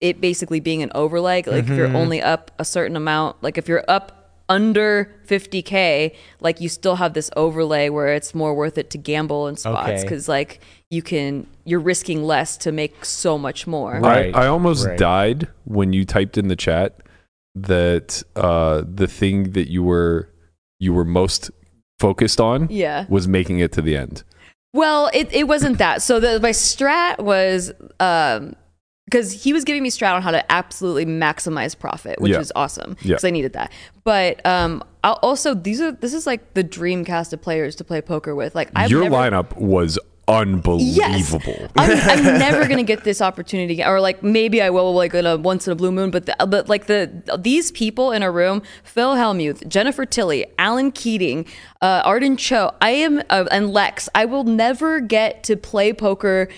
F: it basically being an overlay. Like if you're only up a certain amount, like if you're up under 50k, like you still have this overlay where it's more worth it to gamble in spots
E: Okay.
F: because like you can you're risking less to make so much more.
E: Right.
G: I, I almost
E: Right.
G: died when you typed in the chat that uh, the thing that you were you were most focused on
F: Yeah.
G: was making it to the end.
F: Well, it, it wasn't that. So the, my strat was um because he was giving me strat on how to absolutely maximize profit, which
G: Yeah.
F: was awesome
G: Yeah.
F: because I needed that. But um, I'll also these are this is like the dream cast of players to play poker with. Like I've
G: Your
F: never,
G: lineup was unbelievable.
F: Yes. I'm, I'm never gonna get this opportunity, or like maybe I will, like in a once in a blue moon. But the, but like the these people in a room: Phil Hellmuth, Jennifer Tilly, Alan Keating, uh, Arden Cho. I am uh, and Lex. I will never get to play poker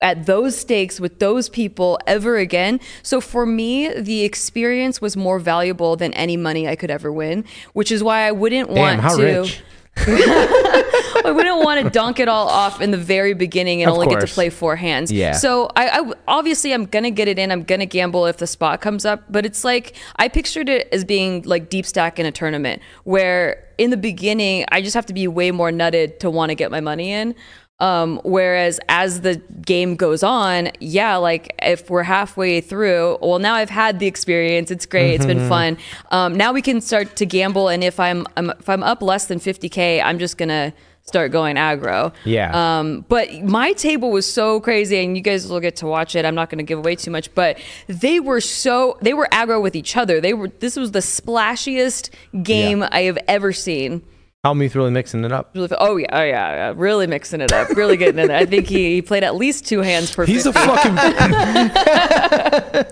F: at those stakes with those people ever again. So for me, the experience was more valuable than any money I could ever win, which is why I wouldn't
E: Damn,
F: want
E: how
F: to.
E: rich.
F: I wouldn't want to dunk it all off in the very beginning and
E: Of
F: only get
E: course.
F: to play four hands.
E: Yeah.
F: So I, I w- obviously I'm gonna get it in. I'm gonna gamble if the spot comes up. But it's like I pictured it as being like deep stack in a tournament where in the beginning I just have to be way more nutted to want to get my money in. Um, whereas as the game goes on, yeah, like if we're halfway through, well, now I've had the experience. It's great. It's
E: Mm-hmm.
F: been fun. Um, now we can start to gamble. And if I'm, I'm if I'm up less than 50k, I'm just gonna start going aggro.
E: Yeah.
F: Um, but my table was so crazy, and you guys will get to watch it. I'm not going to give away too much, but they were so they were aggro with each other. They were this was the splashiest game I have ever seen.
E: Helmuth really mixing it up.
F: Really- Oh yeah, oh yeah, yeah, really mixing it up, really getting in there. I think he, he played at least two hands per.
G: He's a
F: 50.
G: fucking.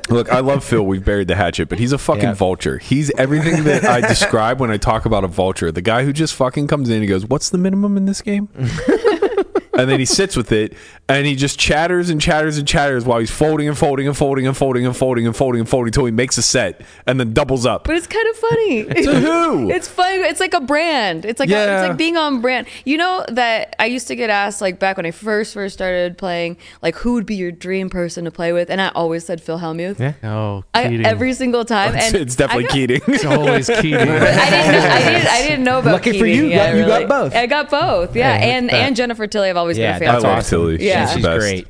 G: Look, I love Phil. We've buried the hatchet, but he's a fucking
E: Yeah.
G: vulture. He's everything that I describe when I talk about a vulture. The guy who just fucking comes in and goes, "What's the minimum in this game?" and then he sits with it and he just chatters and chatters and chatters while he's folding and folding and folding and folding and folding and folding and folding until he makes a set and then doubles up.
F: But it's kind of funny.
G: To who?
F: It's funny. It's like a brand. It's like a,
G: Yeah.
F: it's like being on brand. You know that I used to get asked like back when I first first started playing, like who would be your dream person to play with, and I always said Phil Hellmuth. Yeah.
K: Oh,
F: I,
K: Keating.
F: every single time.
G: It's,
F: And
G: it's definitely
F: I got-
G: Keating.
K: it's always Keating.
F: I didn't, know, I, didn't, I didn't know about
E: Lucky for
F: Keating.
E: you,
F: yeah,
E: you got
F: really.
E: both.
F: I got both. Yeah,
E: Hey, look
F: and
E: at that.
F: and Jennifer Tilly. I've always
E: Yeah,
F: been a fan.
E: that's
F: of.
G: I love
E: awesome.
G: Tilly.
F: Yeah.
G: She's the
E: She's
G: best.
E: great.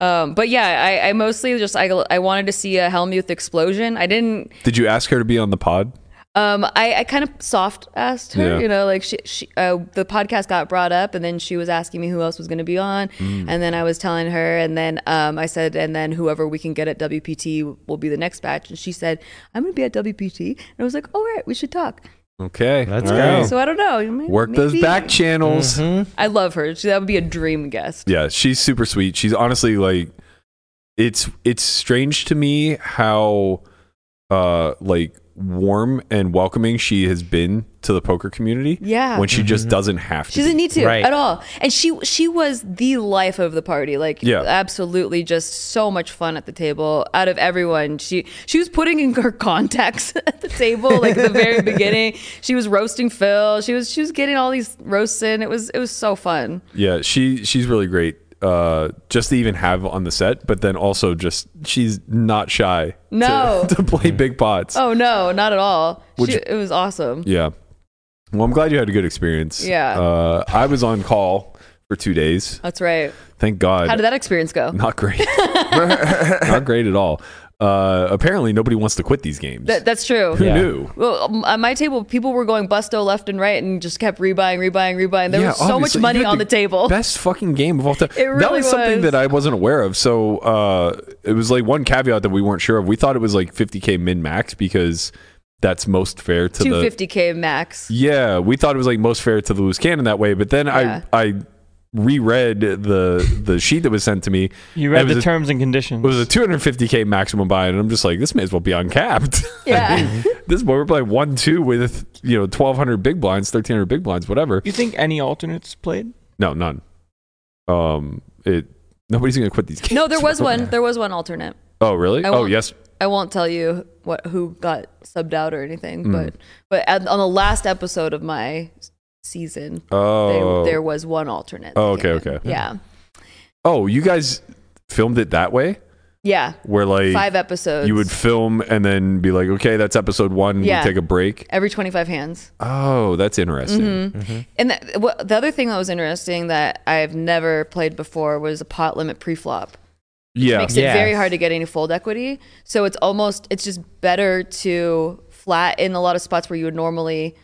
F: Um, but yeah, I, I mostly just I, I wanted to see a Hellmuth explosion. I didn't
G: Did you ask her to be on the pod?
F: Um, I, I kind of soft asked her,
G: Yeah.
F: you know, like she, she uh, the podcast got brought up, and then she was asking me who else was going to be on,
G: Mm.
F: and then I was telling her, and then um, I said, and then whoever we can get at WPT will be the next batch, and she said, I'm going to be at WPT, and I was like, all right, we should talk.
G: Okay.
E: Let's
G: all
E: go.
G: right.
F: So I don't know. may-
G: Oh. Work those
F: maybe-
G: back channels.
F: I love her. She, that would be a dream guest.
G: Yeah, she's super sweet. She's honestly like it's it's strange to me how uh like warm and welcoming she has been to the poker community.
F: Yeah.
G: When she just doesn't have to.
F: She doesn't
G: be.
F: need to
E: Right.
F: at all. And she she was the life of the party. Like
G: Yeah.
F: absolutely just so much fun at the table. Out of everyone, she she was putting in her contacts at the table like at the very beginning. She was roasting Phil. She was she was getting all these roasts in. It was it was so fun.
G: yeah, she she's really great. Uh, just to even have on the set, but then also just she's not shy. to-
F: No.
G: to, play big pots.
F: Oh no, not at all.
G: Would
F: She,
G: you-
F: it was awesome.
G: Yeah. Well, I'm glad you had a good experience.
F: Yeah.
G: Uh, I was on call for two days.
F: That's right.
G: Thank God.
F: How did that experience go?
G: Not great. Not great at all. Uh, apparently, nobody wants to quit these games.
F: That, that's true.
G: Who knew?
F: Well, um, at my table, people were going busto left and right and just kept rebuying, rebuying, rebuying. There
G: Yeah,
F: was so much
G: obviously,
F: money
G: you had
F: on the table.
G: Best fucking game of all time.
F: It
G: that
F: really
G: was something
F: was.
G: that I wasn't aware of. So uh, it was like one caveat that we weren't sure of. We thought it was like 50k min max because that's most fair to the
F: 250k max.
G: Yeah, we thought it was like most fair to the loose cannon that way, but then
F: Yeah.
G: I I reread the the sheet that was sent to me.
D: You
G: and
D: read
G: it
D: the
G: was
D: terms and
G: A,
D: conditions.
G: it was a 250k maximum buy, and I'm just like, this may as well be uncapped.
F: Yeah.
G: this boy we're playing one two with you know 1200 big blinds, 1300 big blinds, whatever.
D: you think any alternates played?
G: No, none. Um, it nobody's gonna quit these games.
F: No, there was one. There was one alternate.
G: Oh really?
F: I
G: Oh
F: won't-
G: yes.
F: I won't tell you what who got subbed out or
G: Mm.
F: anything, but but at, on the last episode of my s- season,
G: Oh.
F: there, there was one alternate. that
G: Oh, okay,
F: came in.
G: okay.
F: Yeah,
G: oh, you guys filmed it that way,
F: yeah.
G: where like
F: Five episodes.
G: you would film and then be like, okay, that's episode one.
F: Yeah.
G: We take a break.
F: every twenty five hands.
G: Oh, that's interesting.
F: Mm-hmm.
E: Mm-hmm.
F: And the, what, the other thing that was interesting that I've never played before was a pot limit preflop.
G: Yeah.
F: makes
E: Yeah.
F: it very hard to get any fold equity. So it's almost it's just better to flat in a lot of spots where you would normally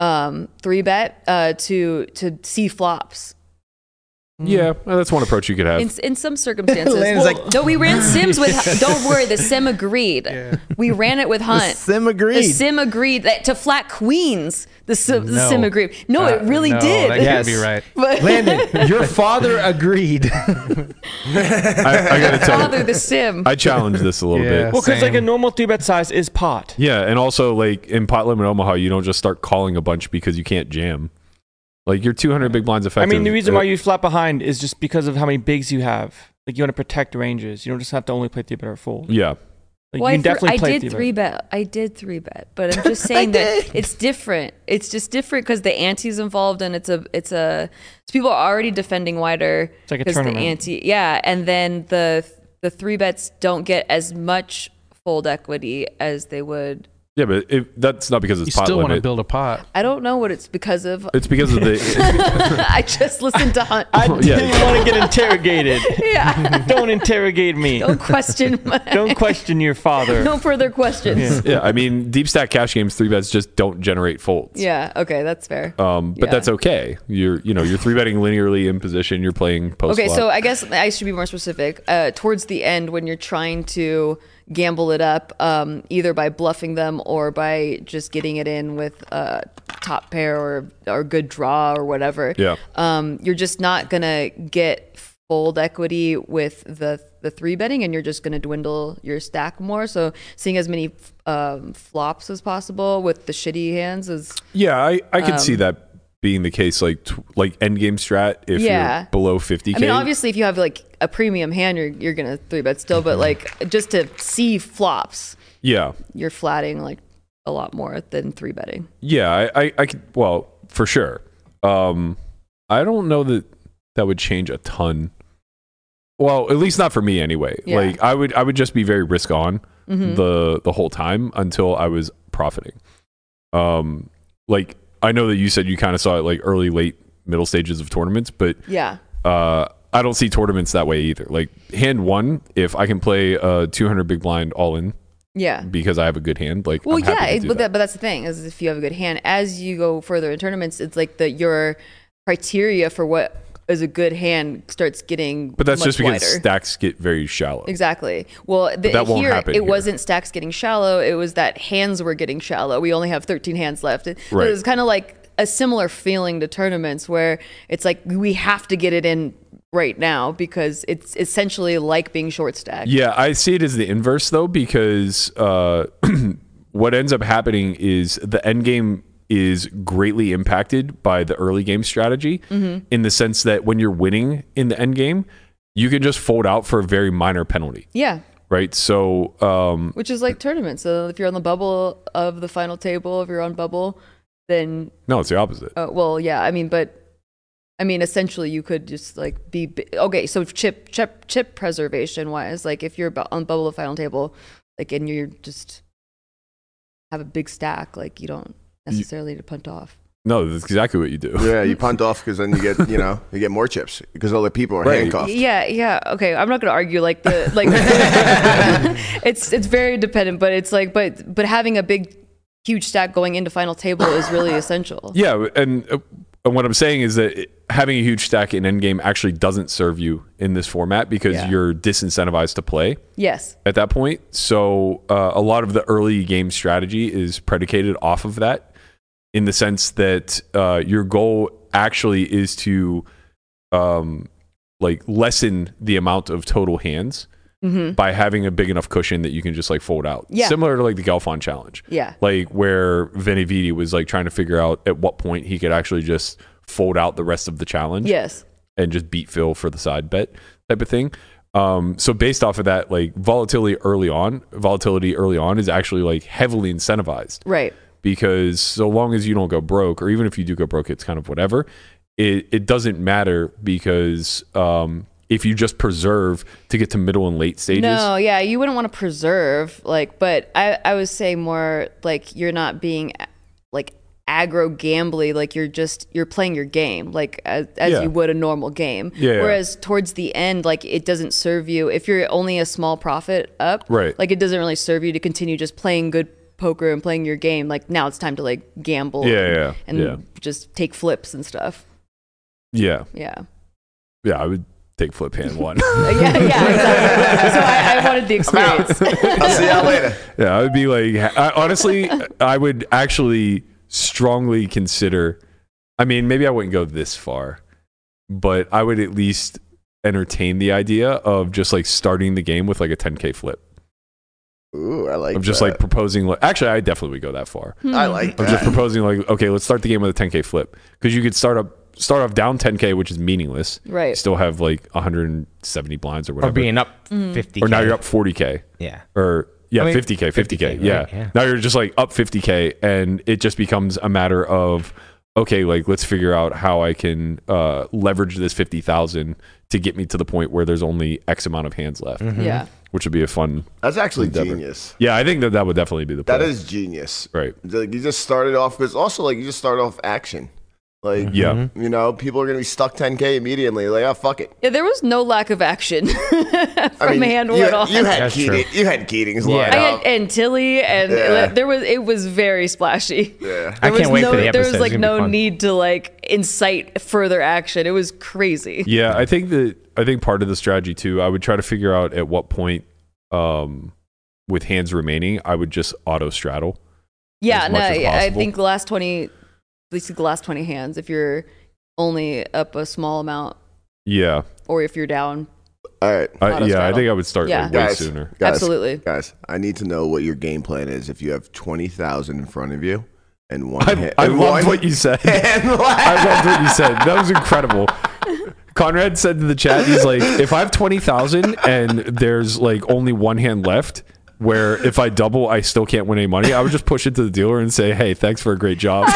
F: um, three bet uh, to to see flops
G: Yeah, well, that's one approach you could have.
F: in in some circumstances.
E: Landon's
F: Well, no, we ran sims with. Don't worry, the sim agreed. We ran it with Hunt.
E: Sim agreed.
F: The sim agreed that to flat queens. The sim, the
K: No.
F: sim agreed. No,
K: Uh,
F: it really
K: no,
F: did.
K: That
E: Yes.
K: can't be right.
F: But-
E: Landon, your father agreed.
G: I, I gotta tell
F: Father,
G: you,
F: the sim.
G: I challenge this a little
K: Yeah.
G: bit.
D: Well, because like a
K: Same.
D: normal three bet size is pot.
G: Yeah, and also like in pot limit Omaha, you don't just start calling a bunch because you can't jam. Like your 200 big blinds
D: I
G: effective.
D: mean, the reason why
G: uh,
D: you flat behind is just because of how many bigs you have. Like you want to protect ranges. You don't just have to only play three bet or fold.
G: yeah,
D: Like,
F: Well,
D: you
F: I,
D: can
F: thre-
D: definitely
F: I
D: play
F: did
D: three-bet.
F: three bet. I did three bet, but I'm just saying that it's different. It's just different because the ante's involved, and it's a it's a so people are already defending wider
D: like a
F: the
D: tournament.
F: ante, yeah, and then the the three bets don't get as much fold equity as they would
G: Yeah, but it, that's not because it's
K: You
G: pot
K: still want to
G: limit.
K: build a pot.
F: I don't know what it's because of.
G: it's because of the.
F: I just listened to Hunt.
D: I
G: Yeah.
D: didn't want to get interrogated.
F: yeah.
D: Don't interrogate me.
F: Don't question. My,
D: Don't question your father.
F: No further questions. Yeah.
G: yeah, I mean, deep stack cash games three bets just don't generate folds.
F: Okay, that's fair.
G: Um, but
F: Yeah.
G: that's okay. You're you know you're three betting linearly in position. You're playing post.
F: Okay,
G: flop.
F: so I guess I should be more specific. Uh, towards the end, when you're trying to gamble it up, um, either by bluffing them or by just getting it in with a top pair or or good draw or whatever,
G: Yeah.
F: um, you're just not gonna get fold equity with the the three betting, and you're just gonna dwindle your stack more. So seeing as many um, flops as possible with the shitty hands is
G: yeah, I I could see that being the case. Like tw- like end game strat if
F: Yeah.
G: you're below fifty.
F: I mean, obviously, if you have like a premium hand, you're you're gonna three bet still, but
G: Mm-hmm.
F: like just to see flops,
G: Yeah.
F: you're flatting like a lot more than three betting.
G: Yeah, I, I, I could. Well, for sure. Um, I don't know that that would change a ton. Well, at least not for me anyway.
F: Yeah. Mm-hmm.
G: Like I would, I would just be very risk on the the whole time until I was profiting. Um, like I know that you said you kind of saw it like early, late, middle stages of tournaments, but
F: Yeah,
G: uh, I don't see tournaments that way either. Like hand one, if I can play a 200 big blind all in
F: yeah.
G: because I have a good hand, like
F: Well,
G: I'm happy
F: yeah,
G: to
F: it,
G: do
F: but
G: that.
F: that, but that's the thing is if you have a good hand, as you go further in tournaments, it's like the your criteria for what is a good hand starts getting.
G: But that's
F: much
G: just because
F: wider.
G: stacks get very shallow.
F: Exactly. Well, the,
G: that won't
F: here
G: happen
F: it
G: here.
F: wasn't stacks getting shallow. It was that hands were getting shallow. We only have 13 hands left. It, so
G: Right.
F: it was kind of like a similar feeling to tournaments where it's like we have to get it in right now because it's essentially like being short stacked.
G: Yeah, I see it as the inverse though, because uh, what ends up happening is the end game is greatly impacted by the early game strategy
F: Mm-hmm.
G: in the sense that when you're winning in the end game, you can just fold out for a very minor penalty,
F: Yeah.
G: right? So, um,
F: Which is like tournaments. So if you're on the bubble of the final table, if you're on bubble, then
G: no, it's the opposite.
F: Uh, well, yeah, I mean, but I mean, essentially, you could just like be bi- okay. So chip, chip, chip preservation wise, like if you're bu- on bubble of final table, like and you're just have a big stack, like you don't necessarily need to punt off.
G: No, that's exactly what you do.
N: Yeah, you punt off because then you get you know you get more chips because other people are
G: Right.
N: handcuffed.
F: Yeah, yeah. Okay, I'm not gonna argue like the like. it's it's very dependent, but it's like but but having a big huge stack going into final table is really essential.
G: Yeah, and uh, and what I'm saying is that it- having a huge stack in end game actually doesn't serve you in this format because
F: Yeah.
G: you're disincentivized to play.
F: Yes.
G: at that point. So uh, a lot of the early game strategy is predicated off of that, in the sense that uh, your goal actually is to um, like lessen the amount of total hands by having a big enough cushion that you can just like fold out.
F: Mm-hmm. Yeah.
G: Similar to like the Galfond challenge.
F: Yeah.
G: Like where Venividi was like trying to figure out at what point he could actually just fold out the rest of the challenge
F: Yes.
G: and just beat Phil for the side bet type of thing. Um, so based off of that, like volatility early on, volatility early on is actually like heavily incentivized
F: Right.
G: because so long as you don't go broke, or even if you do go broke, it's kind of whatever. It it doesn't matter because um, if you just preserve to get to middle and late stages,
F: No, yeah, you wouldn't want to preserve like, but I I was saying more like you're not being like aggro gambly, like you're just you're playing your game like as, as
G: Yeah.
F: you would a normal game.
G: Yeah, yeah.
F: Whereas towards the end, like it doesn't serve you if you're only a small profit up.
G: Right.
F: Like it doesn't really serve you to continue just playing good poker and playing your game. Like now it's time to like gamble.
G: Yeah,
F: and,
G: yeah,
F: and
G: yeah.
F: just take flips and stuff.
G: yeah,
F: Yeah.
G: yeah, I would take flip hand one.
F: yeah, yeah, exactly. so I, I wanted the experience.
N: I'll see y'all later.
G: Yeah, I would be like, I, honestly, I would actually strongly consider. I mean, maybe I wouldn't go this far, but I would at least entertain the idea of just like starting the game with like a 10k flip
N: Ooh, I like.
G: of just
N: that.
G: like proposing. Like, actually, I definitely would go that far.
N: I like
G: I'm
N: that.
G: just proposing like, okay, let's start the game with a 10k flip because you could start up, start off down 10k, which is meaningless.
F: Right.
G: Still have like 170 blinds or
E: Or
G: whatever.
E: being up
F: Mm.
E: 50.
G: or now you're up 40k
E: Yeah.
G: or yeah,
E: I mean,
G: 50k, 50k,
E: 50K, right,
G: yeah.
E: yeah.
G: Now you're just like up 50k, and it just becomes a matter of okay, like let's figure out how I can
E: Mm-hmm.
G: uh, leverage this 50,000 to get me to the point where there's only X amount of hands left,
F: Yeah.
G: which would be a fun.
N: That's actually
G: endeavor.
N: genius.
G: Yeah, I think that that would definitely be the. Play.
N: That is genius.
G: right.
N: Like you just started off because also like you just started off action. Like
G: Yeah.
E: Mm-hmm.
N: you know, people are gonna be stuck 10k immediately. Like, oh fuck it.
F: Yeah, there was no lack of action from handle
N: you,
F: at all.
N: you had
E: That's true.
N: Keating, you had Keating's line
F: I
N: up.
F: had, and Tilly, and
N: Yeah.
F: there was it was very splashy.
N: yeah.
E: I can't
F: There was
E: wait
F: no,
E: for the episode.
F: There was
E: It's
F: like
E: gonna be
F: no
E: fun.
F: need to like incite further action. It was crazy.
G: Yeah, I think that I think part of the strategy too. I would try to figure out at what point, um, with hands remaining, I would just auto straddle.
F: Yeah,
G: As much
F: no,
G: as
F: yeah, I
G: possible.
F: think the last twenty, at least the last twenty hands. If you're only up a small amount,
G: Yeah,
F: or if you're down,
N: All right.
G: I,
F: Auto
G: yeah. I
F: straddle.
G: think I would start
F: Yeah.
G: like, way
N: Guys.
G: sooner.
N: Guys,
F: absolutely.
N: Guys, I need to know what your game plan is if you have 20,000 in front of you and one
G: I,
N: hit.
G: I
N: and
G: loved
N: one-
G: what you said.
N: And one-
G: I loved what you said. That was incredible. Conrad said to the chat, he's like, if I have 20,000 and there's like only one hand left, where if I double, I still can't win any money, I would just push it to the dealer and say, hey, thanks for a great job.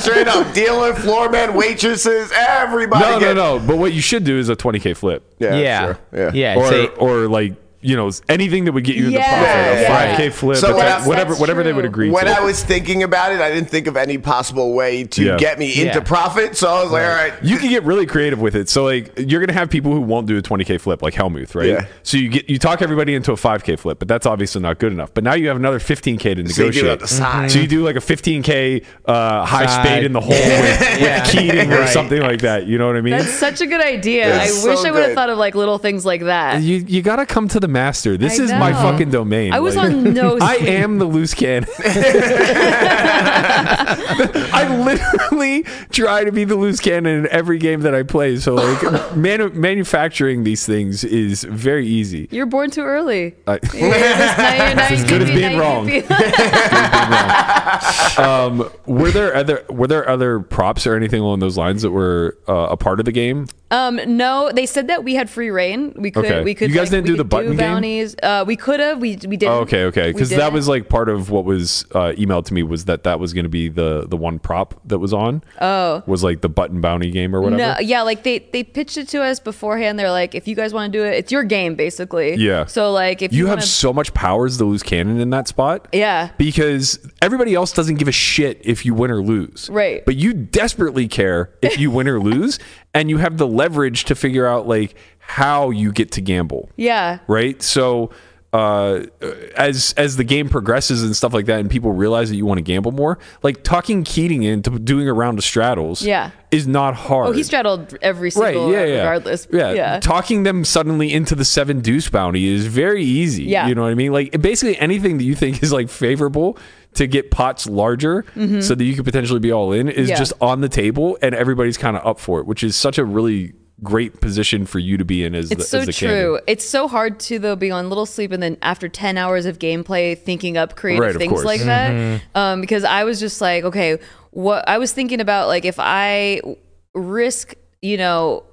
N: Straight up, dealer, floorman, waitresses, everybody.
G: no, no,
N: get-
G: no. But what you should do is a 20K flip
N: Yeah,
E: yeah.
N: sure,
E: yeah. I'd
G: or,
E: say-
G: or like, you know, anything that would get you in the
F: Yeah,
G: profit.
N: yeah, yeah.
G: a 5K flip,
N: So
G: a
N: when
G: ten-
N: I-
G: whatever,
F: That's
G: whatever they
F: true.
G: would agree
N: When
G: to.
N: I was thinking about it, I didn't think of any possible way to
G: Yeah.
N: get me
E: Yeah.
N: into profit. So I was like, all right.
G: you can get really creative with it. So like you're gonna have people who won't do a 20k flip, like Helmuth, right?
N: Yeah.
G: So you get you talk everybody into a 5k flip, but that's obviously not good enough. But now you have another 15k to negotiate.
N: So you do it on the side.
G: So you do like a 15k uh, high
E: Side.
G: spade in the hole with,
E: Yeah.
G: with Keating or
N: Right.
G: something like that. You know what I mean?
F: That's such a good idea. I
N: It's
F: wish
N: so
F: I would
N: good.
F: have thought of like little things like that.
G: you you gotta come to the master. This
F: I
G: is my
F: know.
G: fucking domain.
F: I was
G: Like,
F: on no.
G: I am the loose cannon. I literally try to be the loose cannon in every game that I play. So like manu- manufacturing these things is very easy.
F: You're born too early.
G: I-
F: You're just- now you're- now
G: as
F: you
G: good
F: can
G: as
F: be-
G: being
F: now you
G: wrong.
F: can be-
G: um, were there other were there other props or anything along those lines that were uh, a part of the game?
F: Um, no, they said that we had free reign. We could,
G: Okay.
F: we could.
G: You guys
F: like,
G: didn't
F: we
G: do
F: could
G: the button game?
F: bounties. Uh, we could have. We we didn't.
G: Oh, okay, okay,
F: We
G: because that
F: didn't.
G: was like part of what was uh, emailed to me was that that was going to be the the one prop that was on. Oh, was like the button bounty game or whatever.
F: No, yeah, like they they pitched it to us beforehand. They're like, if you guys want to do it, it's your game, basically.
G: Yeah.
F: So like, if you,
G: You have
F: wanna,
G: so much power as the loose cannon in that spot.
F: yeah,
G: Because everybody else doesn't give a shit if you win or lose.
F: Right.
G: But you desperately care if you win or lose, and you have the leverage to figure out like how you get to gamble.
F: yeah,
G: Right? So uh, as as the game progresses and stuff like that, and people realize that you want to gamble more, like tucking Keating into doing a round of straddles
F: Yeah.
G: is not hard
F: Oh, he straddled every
G: right
F: single,
G: yeah yeah
F: regardless.
G: yeah.
F: yeah.
G: talking them suddenly into the seven deuce bounty is very easy
F: Yeah.
G: you know what i mean like basically anything that you think is like favorable to get pots larger so that you could potentially be all in is
F: Mm-hmm. Yeah.
G: just on the table and everybody's kind of up for it which is such a really great position for you to be in as
F: It's
G: the,
F: so
G: as the
F: true.
G: candidate.
F: It's so hard to though being on little sleep and then after ten hours of gameplay thinking up creative
G: Right, of
F: things
G: course.
F: like that. Um, because I was just like, okay, what I was thinking about like if I risk, you know,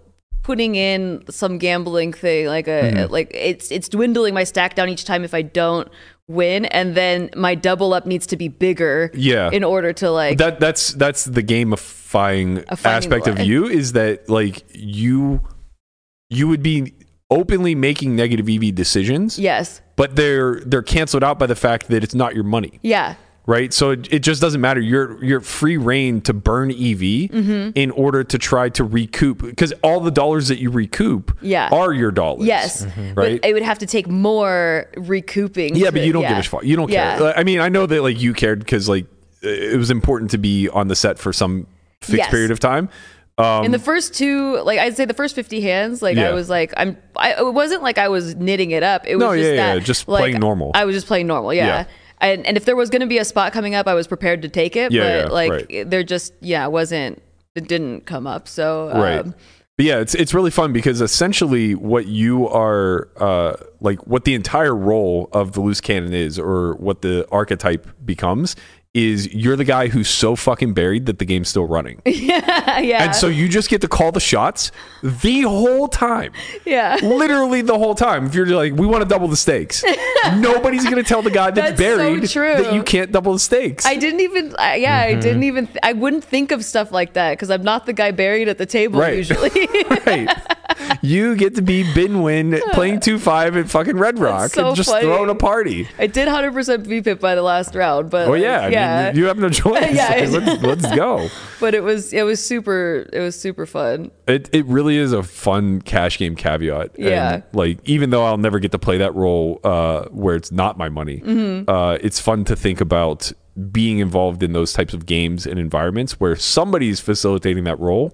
F: putting in some gambling thing like a
G: Mm-hmm.
F: like it's it's dwindling my stack down each time if I don't win and then my double up needs to be bigger
G: Yeah.
F: in order to like
G: that that's that's the gamifying
F: A finding
G: aspect of
F: line.
G: you is that like you you would be openly making negative ev decisions
F: yes
G: but they're they're canceled out by the fact that it's not your money
F: yeah
G: right? So it, it just doesn't matter. You're you're free reign to burn EV
F: Mm-hmm.
G: in order to try to recoup because all the dollars that you recoup
F: Yeah.
G: are your dollars.
F: yes
G: Right.
F: but it would have to take more recouping
G: yeah,
F: to-
G: but you don't
F: yeah.
G: give a fuck. You don't
F: Yeah.
G: care. Like, I mean, I know that like you cared because like it was important to be on the set for some fixed
F: Yes.
G: period of time.
F: in the first two like i'd say the first 50 hands like
G: Um, Yeah.
F: i was like i'm I, it wasn't like i was knitting it up it was
G: No,
F: just
G: yeah, yeah,
F: that
G: just
F: like,
G: playing normal.
F: i was just playing normal yeah,
G: Yeah.
F: And, and if there was going to be a spot coming up i was prepared to take it
G: Yeah,
F: but
G: yeah,
F: like
G: right.
F: it- there just yeah it wasn't it didn't come up so um,
G: right but yeah it's it's really fun because essentially what you are uh like what the entire role of the loose cannon is or what the archetype becomes is you're the guy who's so fucking buried that the game's still running
F: yeah
G: and so you just get to call the shots the whole time
F: yeah
G: literally the whole time if you're like we want to double the stakes nobody's gonna tell the guy that's,
F: That's so
G: buried
F: true.
G: that you can't double the stakes
F: I didn't even, I, yeah,
G: Mm-hmm.
F: I didn't even, th- I wouldn't think of stuff like that because I'm not the guy buried at the table
G: Right.
F: usually.
G: right you get to be Binwin playing two five at fucking Red Rock
F: so
G: and just
F: funny.
G: throwing a party.
F: I did 100% VPIP by the last round, but
G: Oh
F: like,
G: yeah, I mean,
F: yeah.
G: you have no choice.
F: Yeah,
G: Like,
F: it's-
G: let's, let's go.
F: but it was it was super it was super fun.
G: It it really is a fun cash game caveat. And,
F: Yeah.
G: like even though I'll never get to play that role uh, where it's not my money,
F: Mm-hmm.
G: uh, it's fun to think about being involved in those types of games and environments where somebody's facilitating that role,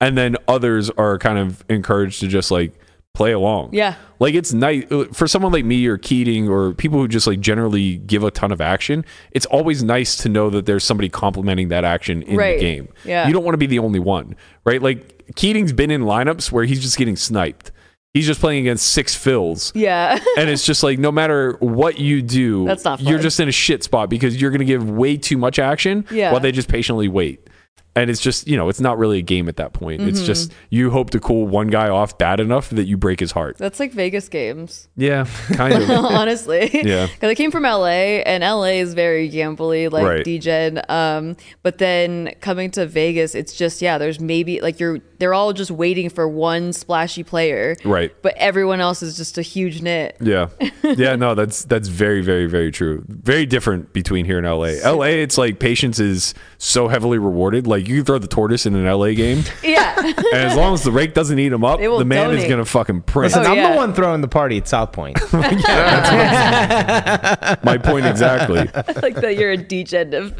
G: and then others are kind of encouraged to just like play along.
F: Yeah.
G: Like it's nice uh, for someone like me or Keating or people who just like generally give a ton of action. It's always nice to know that there's somebody complimenting that action in
F: Right.
G: the game.
F: Yeah.
G: You don't want to be the only one, right? Like Keating's been in lineups where he's just getting sniped. He's just playing against six fills.
F: Yeah.
G: And it's just like no matter what you do,
F: That's not
G: you're
F: fun.
G: just in a shit spot because you're going to give way too much action
F: Yeah.
G: while they just patiently wait. And it's just, you know, it's not really a game at that point. It's
F: Mm-hmm.
G: just you hope to cool one guy off bad enough that you break his heart.
F: That's like Vegas games,
G: Yeah, kind of.
F: honestly.
G: Yeah.
F: Because I came from LA, and LA is very gambly, like
G: Right.
F: D-Gen. Um, but then coming to Vegas, it's just yeah. There's maybe like you're they're all just waiting for one splashy player,
G: Right.
F: But everyone else is just a huge knit.
G: Yeah. Yeah, no, that's that's very very very true. Very different between here and LA. LA it's like patience is so heavily rewarded. Like you can throw the tortoise in an LA game
F: Yeah.
G: and as long as the rake doesn't eat him up,
F: They will
G: the man is
F: donate.
G: going to fucking print.
E: Listen,
F: Oh,
E: I'm
F: yeah.
E: the one throwing the party at South Point.
G: My point exactly.
F: like that you're a D-Gen of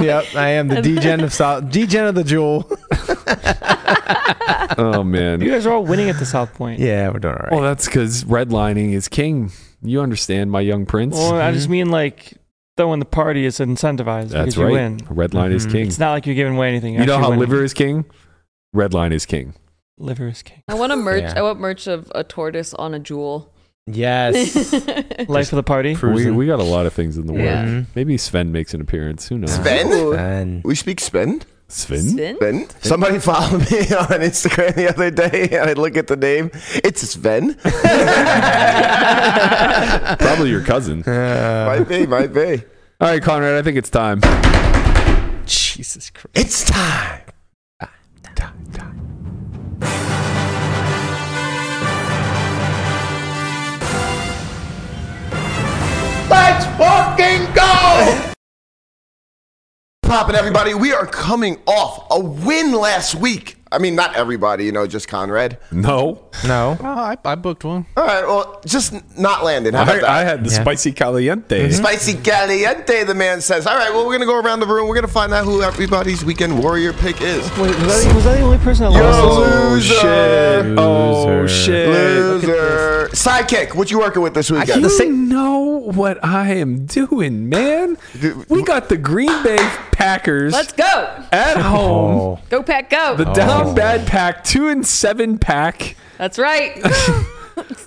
E: yep, I am the degen of South, degen of the jewel.
G: Oh man.
D: You guys are all winning at the South Point.
E: Yeah, we're doing all right.
G: Well, that's cuz redlining is king. You understand, my young prince.
D: Well, I just mean like throwing the party is incentivized because
G: that's
D: you
G: right.
D: win.
G: Redline is
E: Mhm.
G: king.
D: It's not like you're giving away anything.
G: You know
D: actually
G: how
D: winning.
G: liver is king? Redline is king.
D: liver is king.
F: I want a merch.
E: Yeah.
F: I want merch of a tortoise on a jewel.
E: yes.
D: Life of the party.
G: We,
E: Cruising.
G: we got a lot of things in the world.
F: Yeah.
E: Mhm.
G: Maybe Sven makes an appearance. Who knows?
C: Sven?
E: And
C: We speak Sven?
G: Sven?
C: Sven? Somebody followed me on Instagram the other day and I look at the name. It's Sven.
G: Probably your cousin.
C: might be, might be.
G: All right, Conrad, I think it's time.
E: Jesus Christ.
C: It's time. Let's fucking go! Poppin', everybody, we are coming off a win last week. I mean, not everybody, you know, just Conrad.
G: No.
E: No.
K: Oh, I, I booked one.
C: All right, well, just n- not Landon. How about
G: I,
C: that?
G: I had the
E: Yeah.
G: spicy caliente.
C: Spicy caliente, the man says. All right, well, we're going to go around the room. We're going to find out who everybody's weekend warrior pick is.
D: Wait, was that, the- was that the only person that lost?
G: Oh,
C: Loser.
G: shit. Oh,
E: Loser.
G: shit.
C: Loser. Sidekick, what you working with this
G: I
C: weekend?
G: don't know what I am doing, man. We got the Green Bay Packers
F: Let's go.
G: at home.
E: Oh.
F: Go pack. Go.
G: The down bad pack, two and seven pack.
F: That's right.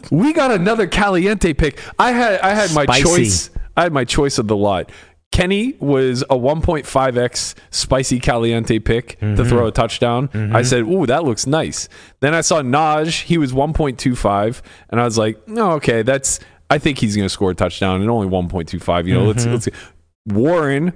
G: We got another caliente pick. I had I had my
E: Spicy.
G: choice. I had my choice of the lot. Kenny was a 1.5x spicy caliente pick to throw a touchdown. I said, "Ooh, that looks nice." Then I saw Naj. He was 1.25, and I was like, "No, okay, that's." I think he's going to score a touchdown and only 1.25. You know, let's let's. Warren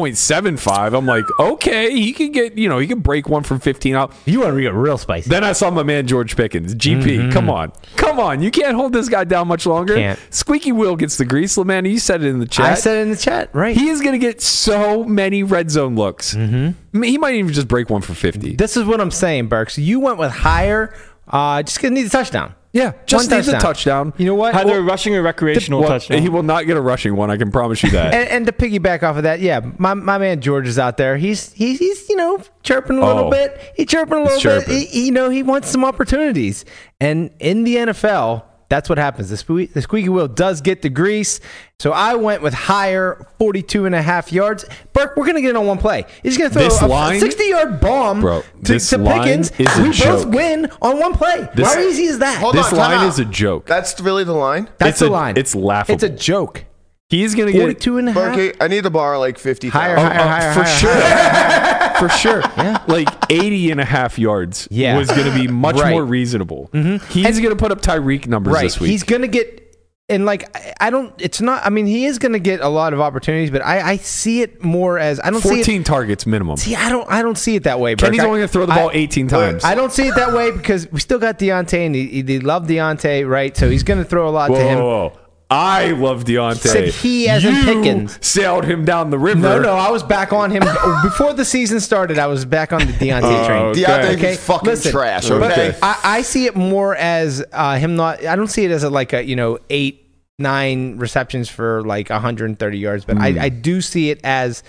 G: 1.75. I'm like, okay, he can get, you know, he can break one from 15 out.
E: You want to get real spicy.
G: Then I saw my man George Pickens, GP. Come on, come on! You can't hold this guy down much longer.
E: Mm-hmm. Can't.
G: Squeaky wheel gets the grease, Lamanna. You said it in the chat.
E: I said it in the chat, right?
G: he is going to get so many red zone looks. Mm-hmm. He might even just break one for fifty.
E: this is what I'm saying, Burks. You went with higher. Uh, just gonna need a touchdown.
G: yeah, just
E: One
G: needs a touchdown.
E: You know what?
D: Either
E: Well,
D: rushing or recreational
G: Well,
D: touchdown.
G: He will not get a rushing one. I can promise you that.
E: and, and to piggyback off of that, yeah, my, my man George is out there. He's he's, he's you know chirping a little
G: Oh.
E: bit. He chirping a little bit.
G: chirping.
E: He, he- you know he wants some opportunities. And in the NFL, that's what happens. The, sque- the squeaky wheel does get the grease. So I went with higher 42 and a half yards. Burke, we're gonna get it on one play. He's gonna throw
G: This
E: a,
G: line-
E: 60 yard bomb
G: Bro,
E: to,
G: this
E: to
G: line
E: Pickens.
G: is a
E: we both
G: joke.
E: win on one play.
G: This-
E: How easy is that?
C: Hold
G: this
C: on, time
G: line
C: out.
G: is a joke.
C: That's really the line.
E: That's
G: it's
E: the
G: a-
E: line.
G: it's laughable.
E: It's a joke.
G: He's going to get
E: 42 and a half.
C: Berkey, I need to borrow like 50.
E: Higher,
G: Oh,
E: Uh-huh. higher,
G: uh,
E: higher,
G: for
E: higher,
G: sure. for sure. Like 80 and a half yards
E: Yeah.
G: was going to be much
E: Right. Mm-hmm.
G: more reasonable. He's going to put up Tyreek numbers
E: Right.
G: this week.
E: He's going to get and like I- I don't, it's not. I mean, he is going to get a lot of opportunities, but I, I see it more as I don't see it.
G: Fourteen targets minimum.
E: See, I don't, I don't see it that way. Burke.
G: Kenny's
E: I-
G: only gonna throw the
E: I-
G: ball eighteen times.
E: I don't see it that way because we still got Deontay, and he, they love Deontay, right? So he's going to throw a lot
G: whoa,
E: to him.
G: whoa, whoa. I love Deontay.
E: Said he as in
G: you
E: Pickens.
G: Sailed him down the river.
E: No, no, I was back on him before the season started. I was back on the Deontay train.
G: Okay.
C: Uh, Deontay
E: Okay,
C: is fucking
E: listen,
C: trash.
E: but
C: Okay.
E: I, I see it more as uh, him not. I don't see it as a, like a you know eight nine receptions for like 130 yards, but
G: Hmm.
E: I, I do see it as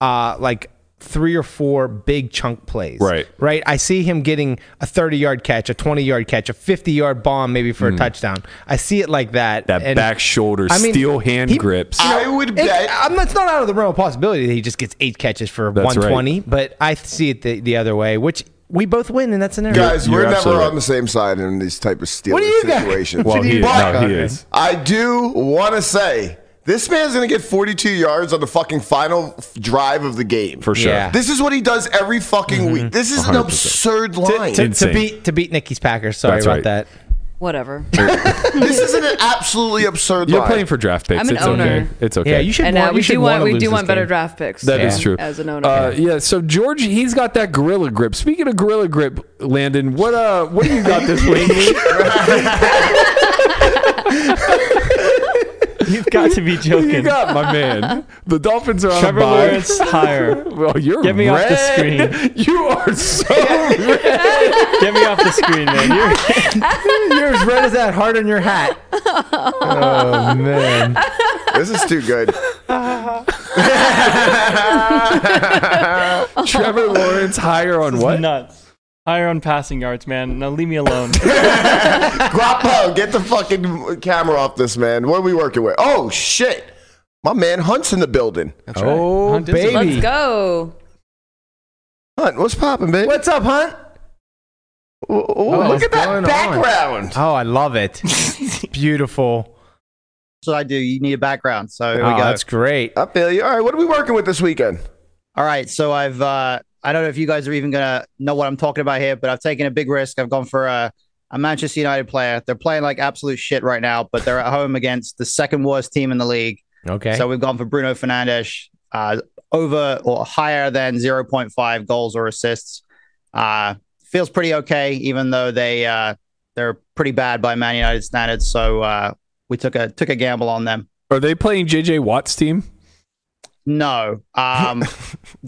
E: uh, like three or four big chunk plays.
G: Right.
E: Right. I see him getting a 30 yard catch, a 20 yard catch, a 50 yard bomb maybe for a touchdown. I see it like that.
G: Hmm. That
E: and-
G: back shoulder,
E: I mean,
G: steel hand
E: he-
G: grips.
C: I would
E: it-
C: bet.
E: I'm not, it's not out of the realm of possibility that he just gets eight catches for
G: That's
E: 120, but I see it the, the other way, which we both win in that scenario.
C: Guys,
G: You're
C: we're never
G: absolutely
C: on
G: right.
C: the same side in these type of Steelers
E: do you got?
C: situations.
G: well, he is.
C: But
G: No, he is.
C: I do want to say this man's going to get 42 yards on the fucking final f- drive of the game.
G: For sure. Mm-hmm.
E: Yeah.
C: This is what he does every fucking week. This is an
G: 100%.
C: absurd line.
E: to, to
G: Insane.
E: beat to beat Nicky's Packers. Sorry
G: That's
E: about
G: right.
E: that.
F: Whatever.
C: this is an absolutely absurd
G: You're
C: line.
G: playing for draft picks.
F: I'm an
G: it's okay.
F: owner.
G: It's okay.
E: Yeah, you should.
F: and
E: want,
F: uh,
E: you
F: we
E: should
F: do want
E: wanna
F: we
E: lose
F: do
E: this
F: want better
E: game.
F: draft picks.
G: That is
E: Yeah.
G: true.
F: As an owner.
G: Uh, yeah, so George, he's got that gorilla grip. Speaking of gorilla grip, Landon, what uh, what do you got this week?
D: You've got to be
G: Who you
D: joking.
G: got, my man? The Dolphins are on
D: Trevor
G: a bye.
D: Lawrence higher.
G: Well, you're
D: Get me off the
G: red. You are so red.
D: Get me off the screen, man. You're,
E: You're as red as that heart on your hat. oh man,
C: this is too good.
G: Trevor Lawrence higher on what?
D: nuts. Higher on passing yards, man. Now leave me alone.
C: Guapo, get the fucking camera off this man. What are we working with? Oh shit. My man Hunt's in the building.
E: oh
D: Hunt is-
E: baby,
F: Let's go.
C: Hunt, what's popping, babe?
E: what's up, Hunt?
C: Ooh, look
E: what's
C: at
E: going on?
C: that background.
E: Oh, I love it. It's beautiful.
K: So I do. You need a background. So here
E: oh,
G: Ah.
K: we go.
E: that's great.
C: I feel you. All right, what are we working with this weekend?
K: All right. So I've uh I don't know if you guys are even gonna know what I'm talking about here, but I've taken a big risk. I've gone for a, a Manchester United player. They're playing like absolute shit right now, but they're at home against the second worst team in the league.
F: Uh,
E: Okay.
K: So we've gone for Bruno Fernandes uh, over or higher than 0.5 goals or assists. Uh, feels pretty okay, even though they uh, they're pretty bad by Man United standards. So uh, we took a took a gamble on them.
G: Are they playing JJ Watt's team?
K: No, um,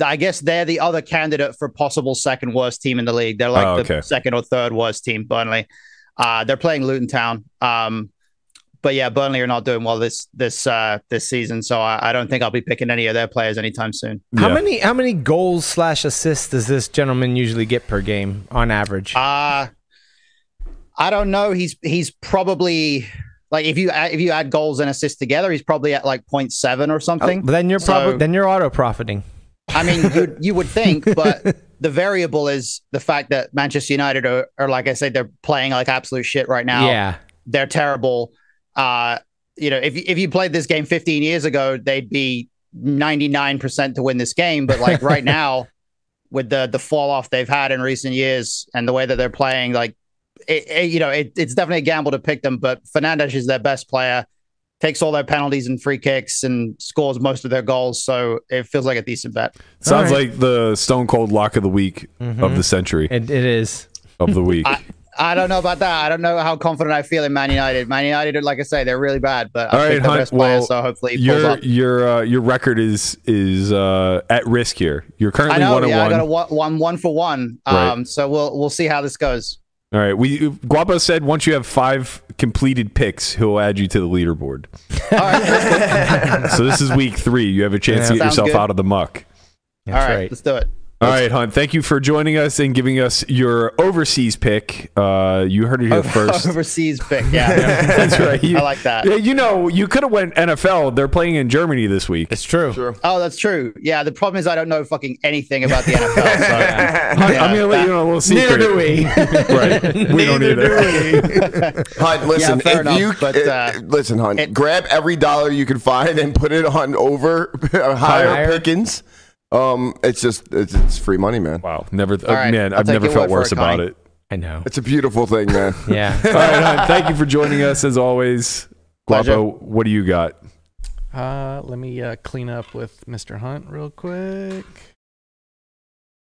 K: I guess they're the other candidate for possible second worst team in the league. They're like
G: Oh,
K: the
G: okay.
K: second or third worst team. Burnley, uh, they're playing Luton Town. Um, but yeah, Burnley are not doing well this this uh, this season. So I, I don't think I'll be picking any of their players anytime soon.
E: How
G: Yeah.
E: many how many goals slash assists does this gentleman usually get per game on average?
K: Uh I don't know. He's he's probably like if you add- if you add goals and assists together, he's probably at like 0.7 or something.
E: But Oh, then you're
K: so-
E: probably then you're auto profiting.
K: I mean, you you would think, but the variable is the fact that Manchester United are, are like I said, they're playing like absolute shit right now.
E: Yeah.
K: they're terrible. Uh, you know, if if you played this game 15 years ago, they'd be 99% to win this game. But like right now, with the the fall off they've had in recent years and the way that they're playing, like it, it- you know, it, it's definitely a gamble to pick them. But Fernandez is their best player, takes all their penalties and free kicks, and scores most of their goals. So it feels like a decent bet.
G: Sounds
E: All right.
G: like the Stone Cold Lock of the Week of the century
E: It, it is.
G: of the week.
K: I, I don't know about that. I don't know how confident I feel in Man United. Man United, like I say, they're really bad, but I
G: All right,
K: think they're
G: Hunt.
K: best player,
G: well,
K: so hopefully he pulls
G: your
K: up.
G: your uh, your record is is uh, at risk here. You're
K: I
G: currently
K: know.
G: one and
K: yeah, I
G: one.
K: got a one, one, one for one. Um,
G: Right.
K: So we'll we'll see how this goes.
G: All right. We Guapo said once you have five completed picks, he'll add you to the leaderboard.
K: All right,
G: so this is week three. You have a
E: Yeah.
G: chance to get
K: Sounds
G: yourself
K: good.
G: out of the muck.
K: all right,
E: right.
K: let's do it.
G: All right, Hunt. Thank you for joining us and giving us your overseas pick. Uh, you heard it here first.
K: Overseas pick, yeah.
G: That's right. You,
K: I like that.
G: Yeah, you know, you could have went NFL. They're playing in Germany this week.
E: It's true.
K: Oh, that's true. Yeah, the problem is I don't know fucking anything about the NFL. So
G: Hunt, I'm gonna let you know a little
E: Neither
G: secret.
E: do we.
G: right. We don't either.
C: Hunt, listen,
K: fair
C: if
K: enough,
C: you
K: but, uh,
C: uh, listen, Hunt,
K: it-
C: grab every dollar you can find and put it on over uh, higher,
E: Higher.
C: pickings. Um, it's just it's, it's free money, man.
G: Wow. Never. th-
K: All right,
G: man,
K: I'll
G: I've
K: take
G: never
K: your
G: felt
K: word for
G: worse
K: it,
G: about
K: Connie.
G: it.
E: I know.
C: It's a beautiful thing, man.
E: Yeah.
G: All right, Hunt. Thank you for joining us as always.
K: Pleasure.
G: Guapo, what do you got?
O: Uh, let me uh, clean up with Mr. Hunt real quick.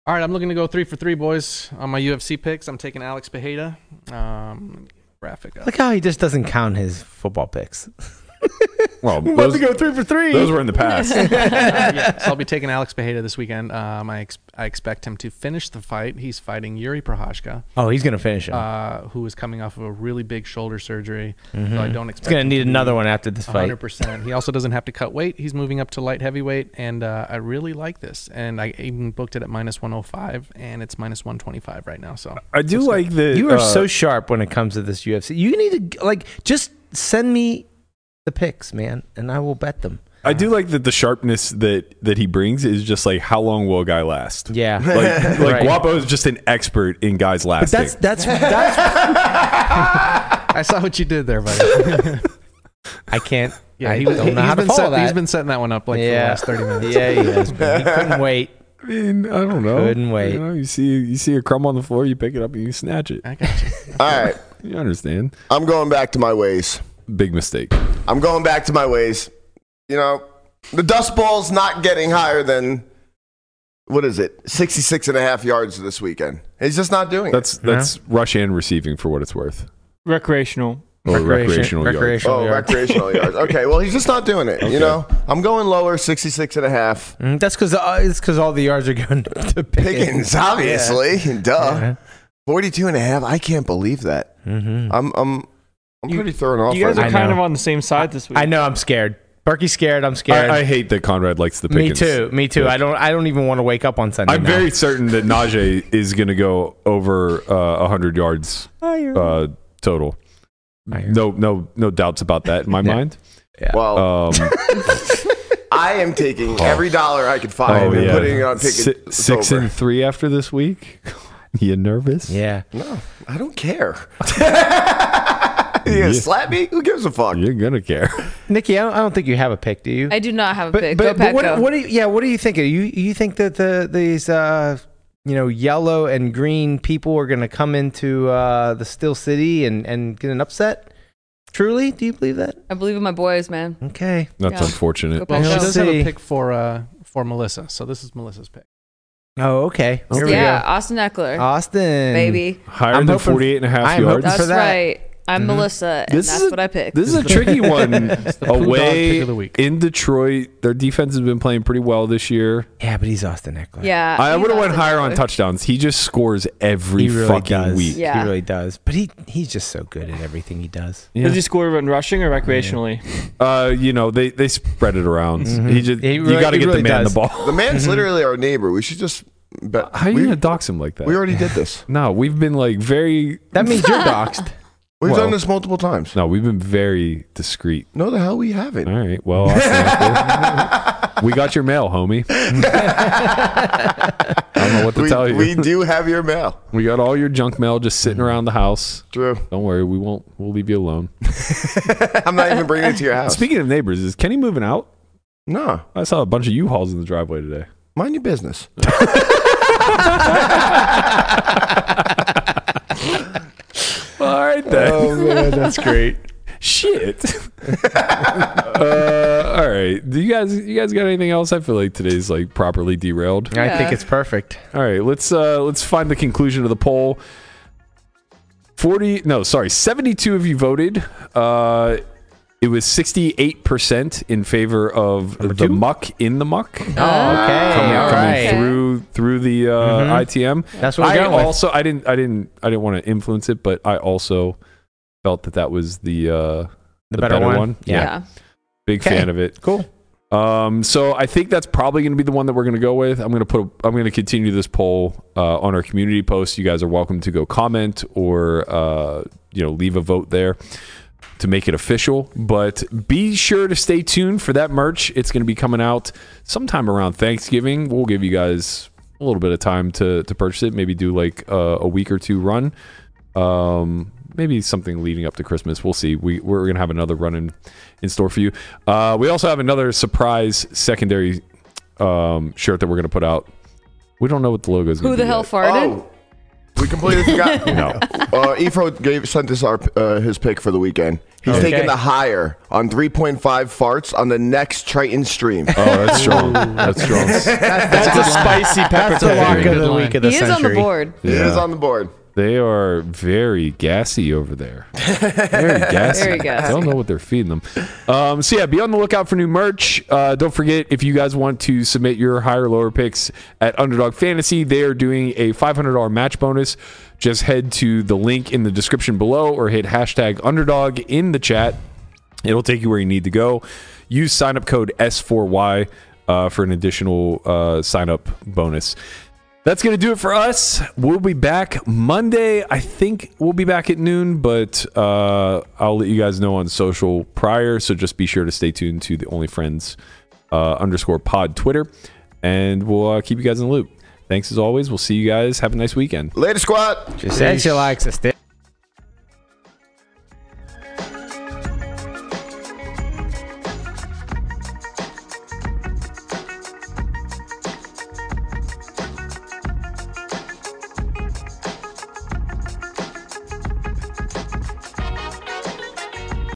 O: All right, I'm looking to go three for three, boys, on my UFC picks. I'm taking Alex Pajeda. Um, let me get the graphic up.
E: Look how he just doesn't count his football picks.
G: Well,
E: I'm about
G: those,
E: to go three for three.
G: those were in the past.
O: yeah, so I'll be taking Alex Pajeda this weekend. Um, I, ex- I expect him to finish the fight. He's fighting Yuri Prohashka,
E: oh, he's gonna finish it.
O: uh, who is coming off of a really big shoulder surgery. So I don't expect
E: he's gonna
O: him
E: need
O: to be
E: another one after this fight.
O: 100%. He also doesn't have to cut weight. He's moving up to light heavyweight, and uh, I really like this. And I even booked it at minus 105, and it's minus 125 right now. So
G: I do like the.
E: You are
G: uh,
E: so sharp when it comes to this UFC. You need to like just send me the picks, man, and I will bet them.
G: I do like that the sharpness that that he brings is just like how long will a guy last?
E: Yeah,
G: Like, like
E: Right.
G: Guapo is just an expert in guys
E: but
G: lasting.
E: that's that's that's.
O: I saw what you did there, buddy.
E: I can't.
O: Yeah,
E: I
O: he was,
E: don't
O: he's
E: know how to
O: been
E: follow
O: set-
E: that.
O: He's been setting that one up like
E: Yeah.
O: for the last 30 minutes.
E: yeah, he has been. He couldn't wait.
G: I mean, I don't know.
E: Couldn't wait.
G: You, know, you see, you see a crumb on the floor, you pick it up and you snatch it.
O: I got you.
C: All right.
G: You understand?
C: I'm going back to my ways.
G: Big mistake.
C: I'm going back to my ways. You know, the Dust Bowl's not getting higher than, what is it, 66 and a half yards this weekend. He's just not doing it.
G: That's that's rush and receiving for what it's worth,
D: Recreational.
G: or
E: Recreation-
G: recreational yards.
E: recreational
C: Oh,
E: yards.
C: recreational yards. Okay, well, he's just not doing it. You know, I'm going lower, 66 and a half.
E: Mm, That's because uh, it's because all the yards are going to Pickens.
C: Pickens, obviously. Duh. 42 and a half. I can't believe that.
E: Mm-hmm.
C: I'm, I'm, I'm
D: You-
C: pretty thrown off.
D: You guys
C: right
D: are
E: I
C: now.
D: kind
E: know.
D: of on the same side this week.
E: I know I'm scared. Berkey's scared. I'm scared.
G: Uh, I, I hate that Conrad likes the
E: me
G: Pickens.
E: too. Me too.
G: Yeah.
E: I don't. I don't even want to wake up on Sunday.
G: I'm
E: now.
G: very certain that Najee is going to go over uh, 100 yards uh, total.
E: Higher.
G: No, no, no doubts about that in my
E: Yeah.
G: mind.
C: Well,
G: Um,
C: I am taking every dollar I could
E: Oh,
C: find and putting it on Pickens.
G: Oh. Si- six
C: over.
G: and three after this week. you nervous?
E: Yeah.
C: No, I don't care. you gonna slap me? Who gives a fuck?
G: You're gonna care.
E: Nikki, I don't, I don't think you have a pick, do you?
F: I do not have a
E: but,
F: pick.
E: But,
F: Go
E: but
F: Pack,
E: what,
F: go.
E: what do you, yeah, what do you think? You you think that the these uh, you know yellow and green people are going to come into uh, the Steel City and and get an upset? Truly, do you believe that?
F: I believe in my boys, man.
E: Okay,
G: That's
F: Yeah. Go
G: unfortunate.
F: Pack,
O: Well, she
E: Let's
F: go.
O: does have
E: see.
O: a pick for uh for Melissa, so this is Melissa's pick.
E: oh okay, here
F: Yeah,
E: we
F: Austin Eckler,
E: go, Austin,
F: baby.
G: Higher
E: I'm
G: than
E: hoping-
G: 48 and a half
E: I am
G: yards.
E: hoping-
F: That's
E: for that. Mm-hmm.
F: right. I'm Melissa, and
G: This is
F: that's
G: a-
F: what I picked.
G: This is a tricky one.
O: the poo dog
G: Away
O: pick of the week.
G: in Detroit, their defense has been playing pretty well this year.
E: Yeah, but he's Austin Eckler.
F: yeah,
G: I
F: he's
G: would have went
F: Austin
G: higher on
F: Eckler.
G: touchdowns. He just scores every
E: he really
G: fucking
E: does.
G: week.
F: Yeah.
E: He really does. But he he's just so good at everything he does.
G: Yeah.
D: Does he score when rushing or recreationally?
G: Uh, you know they they spread it around. Mm-hmm. He just
E: He
G: you
E: really-
G: got to
E: he
G: get
E: really
G: the man
E: does.
G: the ball.
C: The man's literally our neighbor. We should just. Bet.
G: Mm-hmm. How are you
C: we,
G: gonna dox him like that?
C: we already did this.
G: no, we've been like very
E: That means you're doxed.
C: We've
G: Well-
C: done this multiple times.
G: no, we've been very discreet.
C: No, the hell we haven't.
G: All right, well, Austin Eckler, we got your mail, homie. I don't know what to
C: We,
G: tell you.
C: we
G: We, Mm-hmm.
C: do have your mail.
G: got all your junk mail just sitting around the house.
C: True.
G: Don't worry, we won't. We'll leave you alone.
C: I'm not even bringing it to your house.
G: Speaking of neighbors, is Kenny moving out?
C: no,
G: I saw a bunch of U-Hauls in the driveway today.
C: mind your business.
G: All right then. Oh man, that's great. Shit. uh, all right. Do you guys you guys got anything else? I feel like today's like properly derailed.
E: I think
F: Yeah.
E: it's perfect.
G: All right, let's uh let's find the conclusion of the poll. 40 no, sorry, 72 of you voted. Uh it was 68% in favor of the muck in the muck
E: Oh, okay,
G: coming,
E: all
G: coming
E: right.
G: through through the uh,
E: Mm-hmm.
G: ITM.
E: That's what we're
G: I
E: going with.
G: also I didn't I didn't I didn't want to influence it, but I also felt that that was the uh,
E: The, better, one. Yeah.
F: Yeah.
G: big
E: Okay.
G: fan of it.
E: Cool.
G: Um, so I think that's probably going to be the one that we're going to go with. I'm going to put a, I'm going to continue this poll uh, on our community post. You guys are welcome to go comment or uh, you know leave a vote there to make it official. But be sure to stay tuned for that merch. It's going to be coming out sometime around Thanksgiving. We'll give you guys a little bit of time to to purchase it. Maybe do like uh, a week or two run. Um, maybe something leading up to Christmas. We'll see. We we're gonna have another run in, in store for you. Uh, we also have another surprise secondary um, shirt that we're gonna put out. We don't know what the logo is.
F: Who the hell farted?
C: Oh, we completely forgot.
G: No.
C: Uh, Efro gave sent us our uh, his pick for the weekend. He He's
E: Okay.
C: taking the higher on 3.5 farts on the next Triton stream.
G: Oh, that's strong. That's strong.
D: That's a spicy pepper.
E: That's the
D: tank.
E: lock of
O: good
E: the
O: line.
E: week of the
F: He is on the
E: century.
F: board.
C: He is
G: Yeah.
C: on the board.
G: They are very gassy over there. Very gassy.
F: Very gassy.
G: I don't know what they're feeding them. Um, so yeah, be on the lookout for new merch. Uh, don't forget if you guys want to submit your higher or lower picks at Underdog Fantasy, they are doing a $500 match bonus. Just head to the link in the description below or hit hashtag Underdog in the chat. It'll take you where you need to go. Use sign up code S4Y uh, for an additional uh, sign up bonus. That's going to do it for us. We'll be back Monday. I think we'll be back at noon, but uh, I'll let you guys know on social prior. So just be sure to stay tuned to the Only Friends uh, underscore pod Twitter, and we'll uh, keep you guys in the loop. Thanks as always. We'll see you guys. Have a nice weekend.
C: Later, squad.
E: Just said she likes us.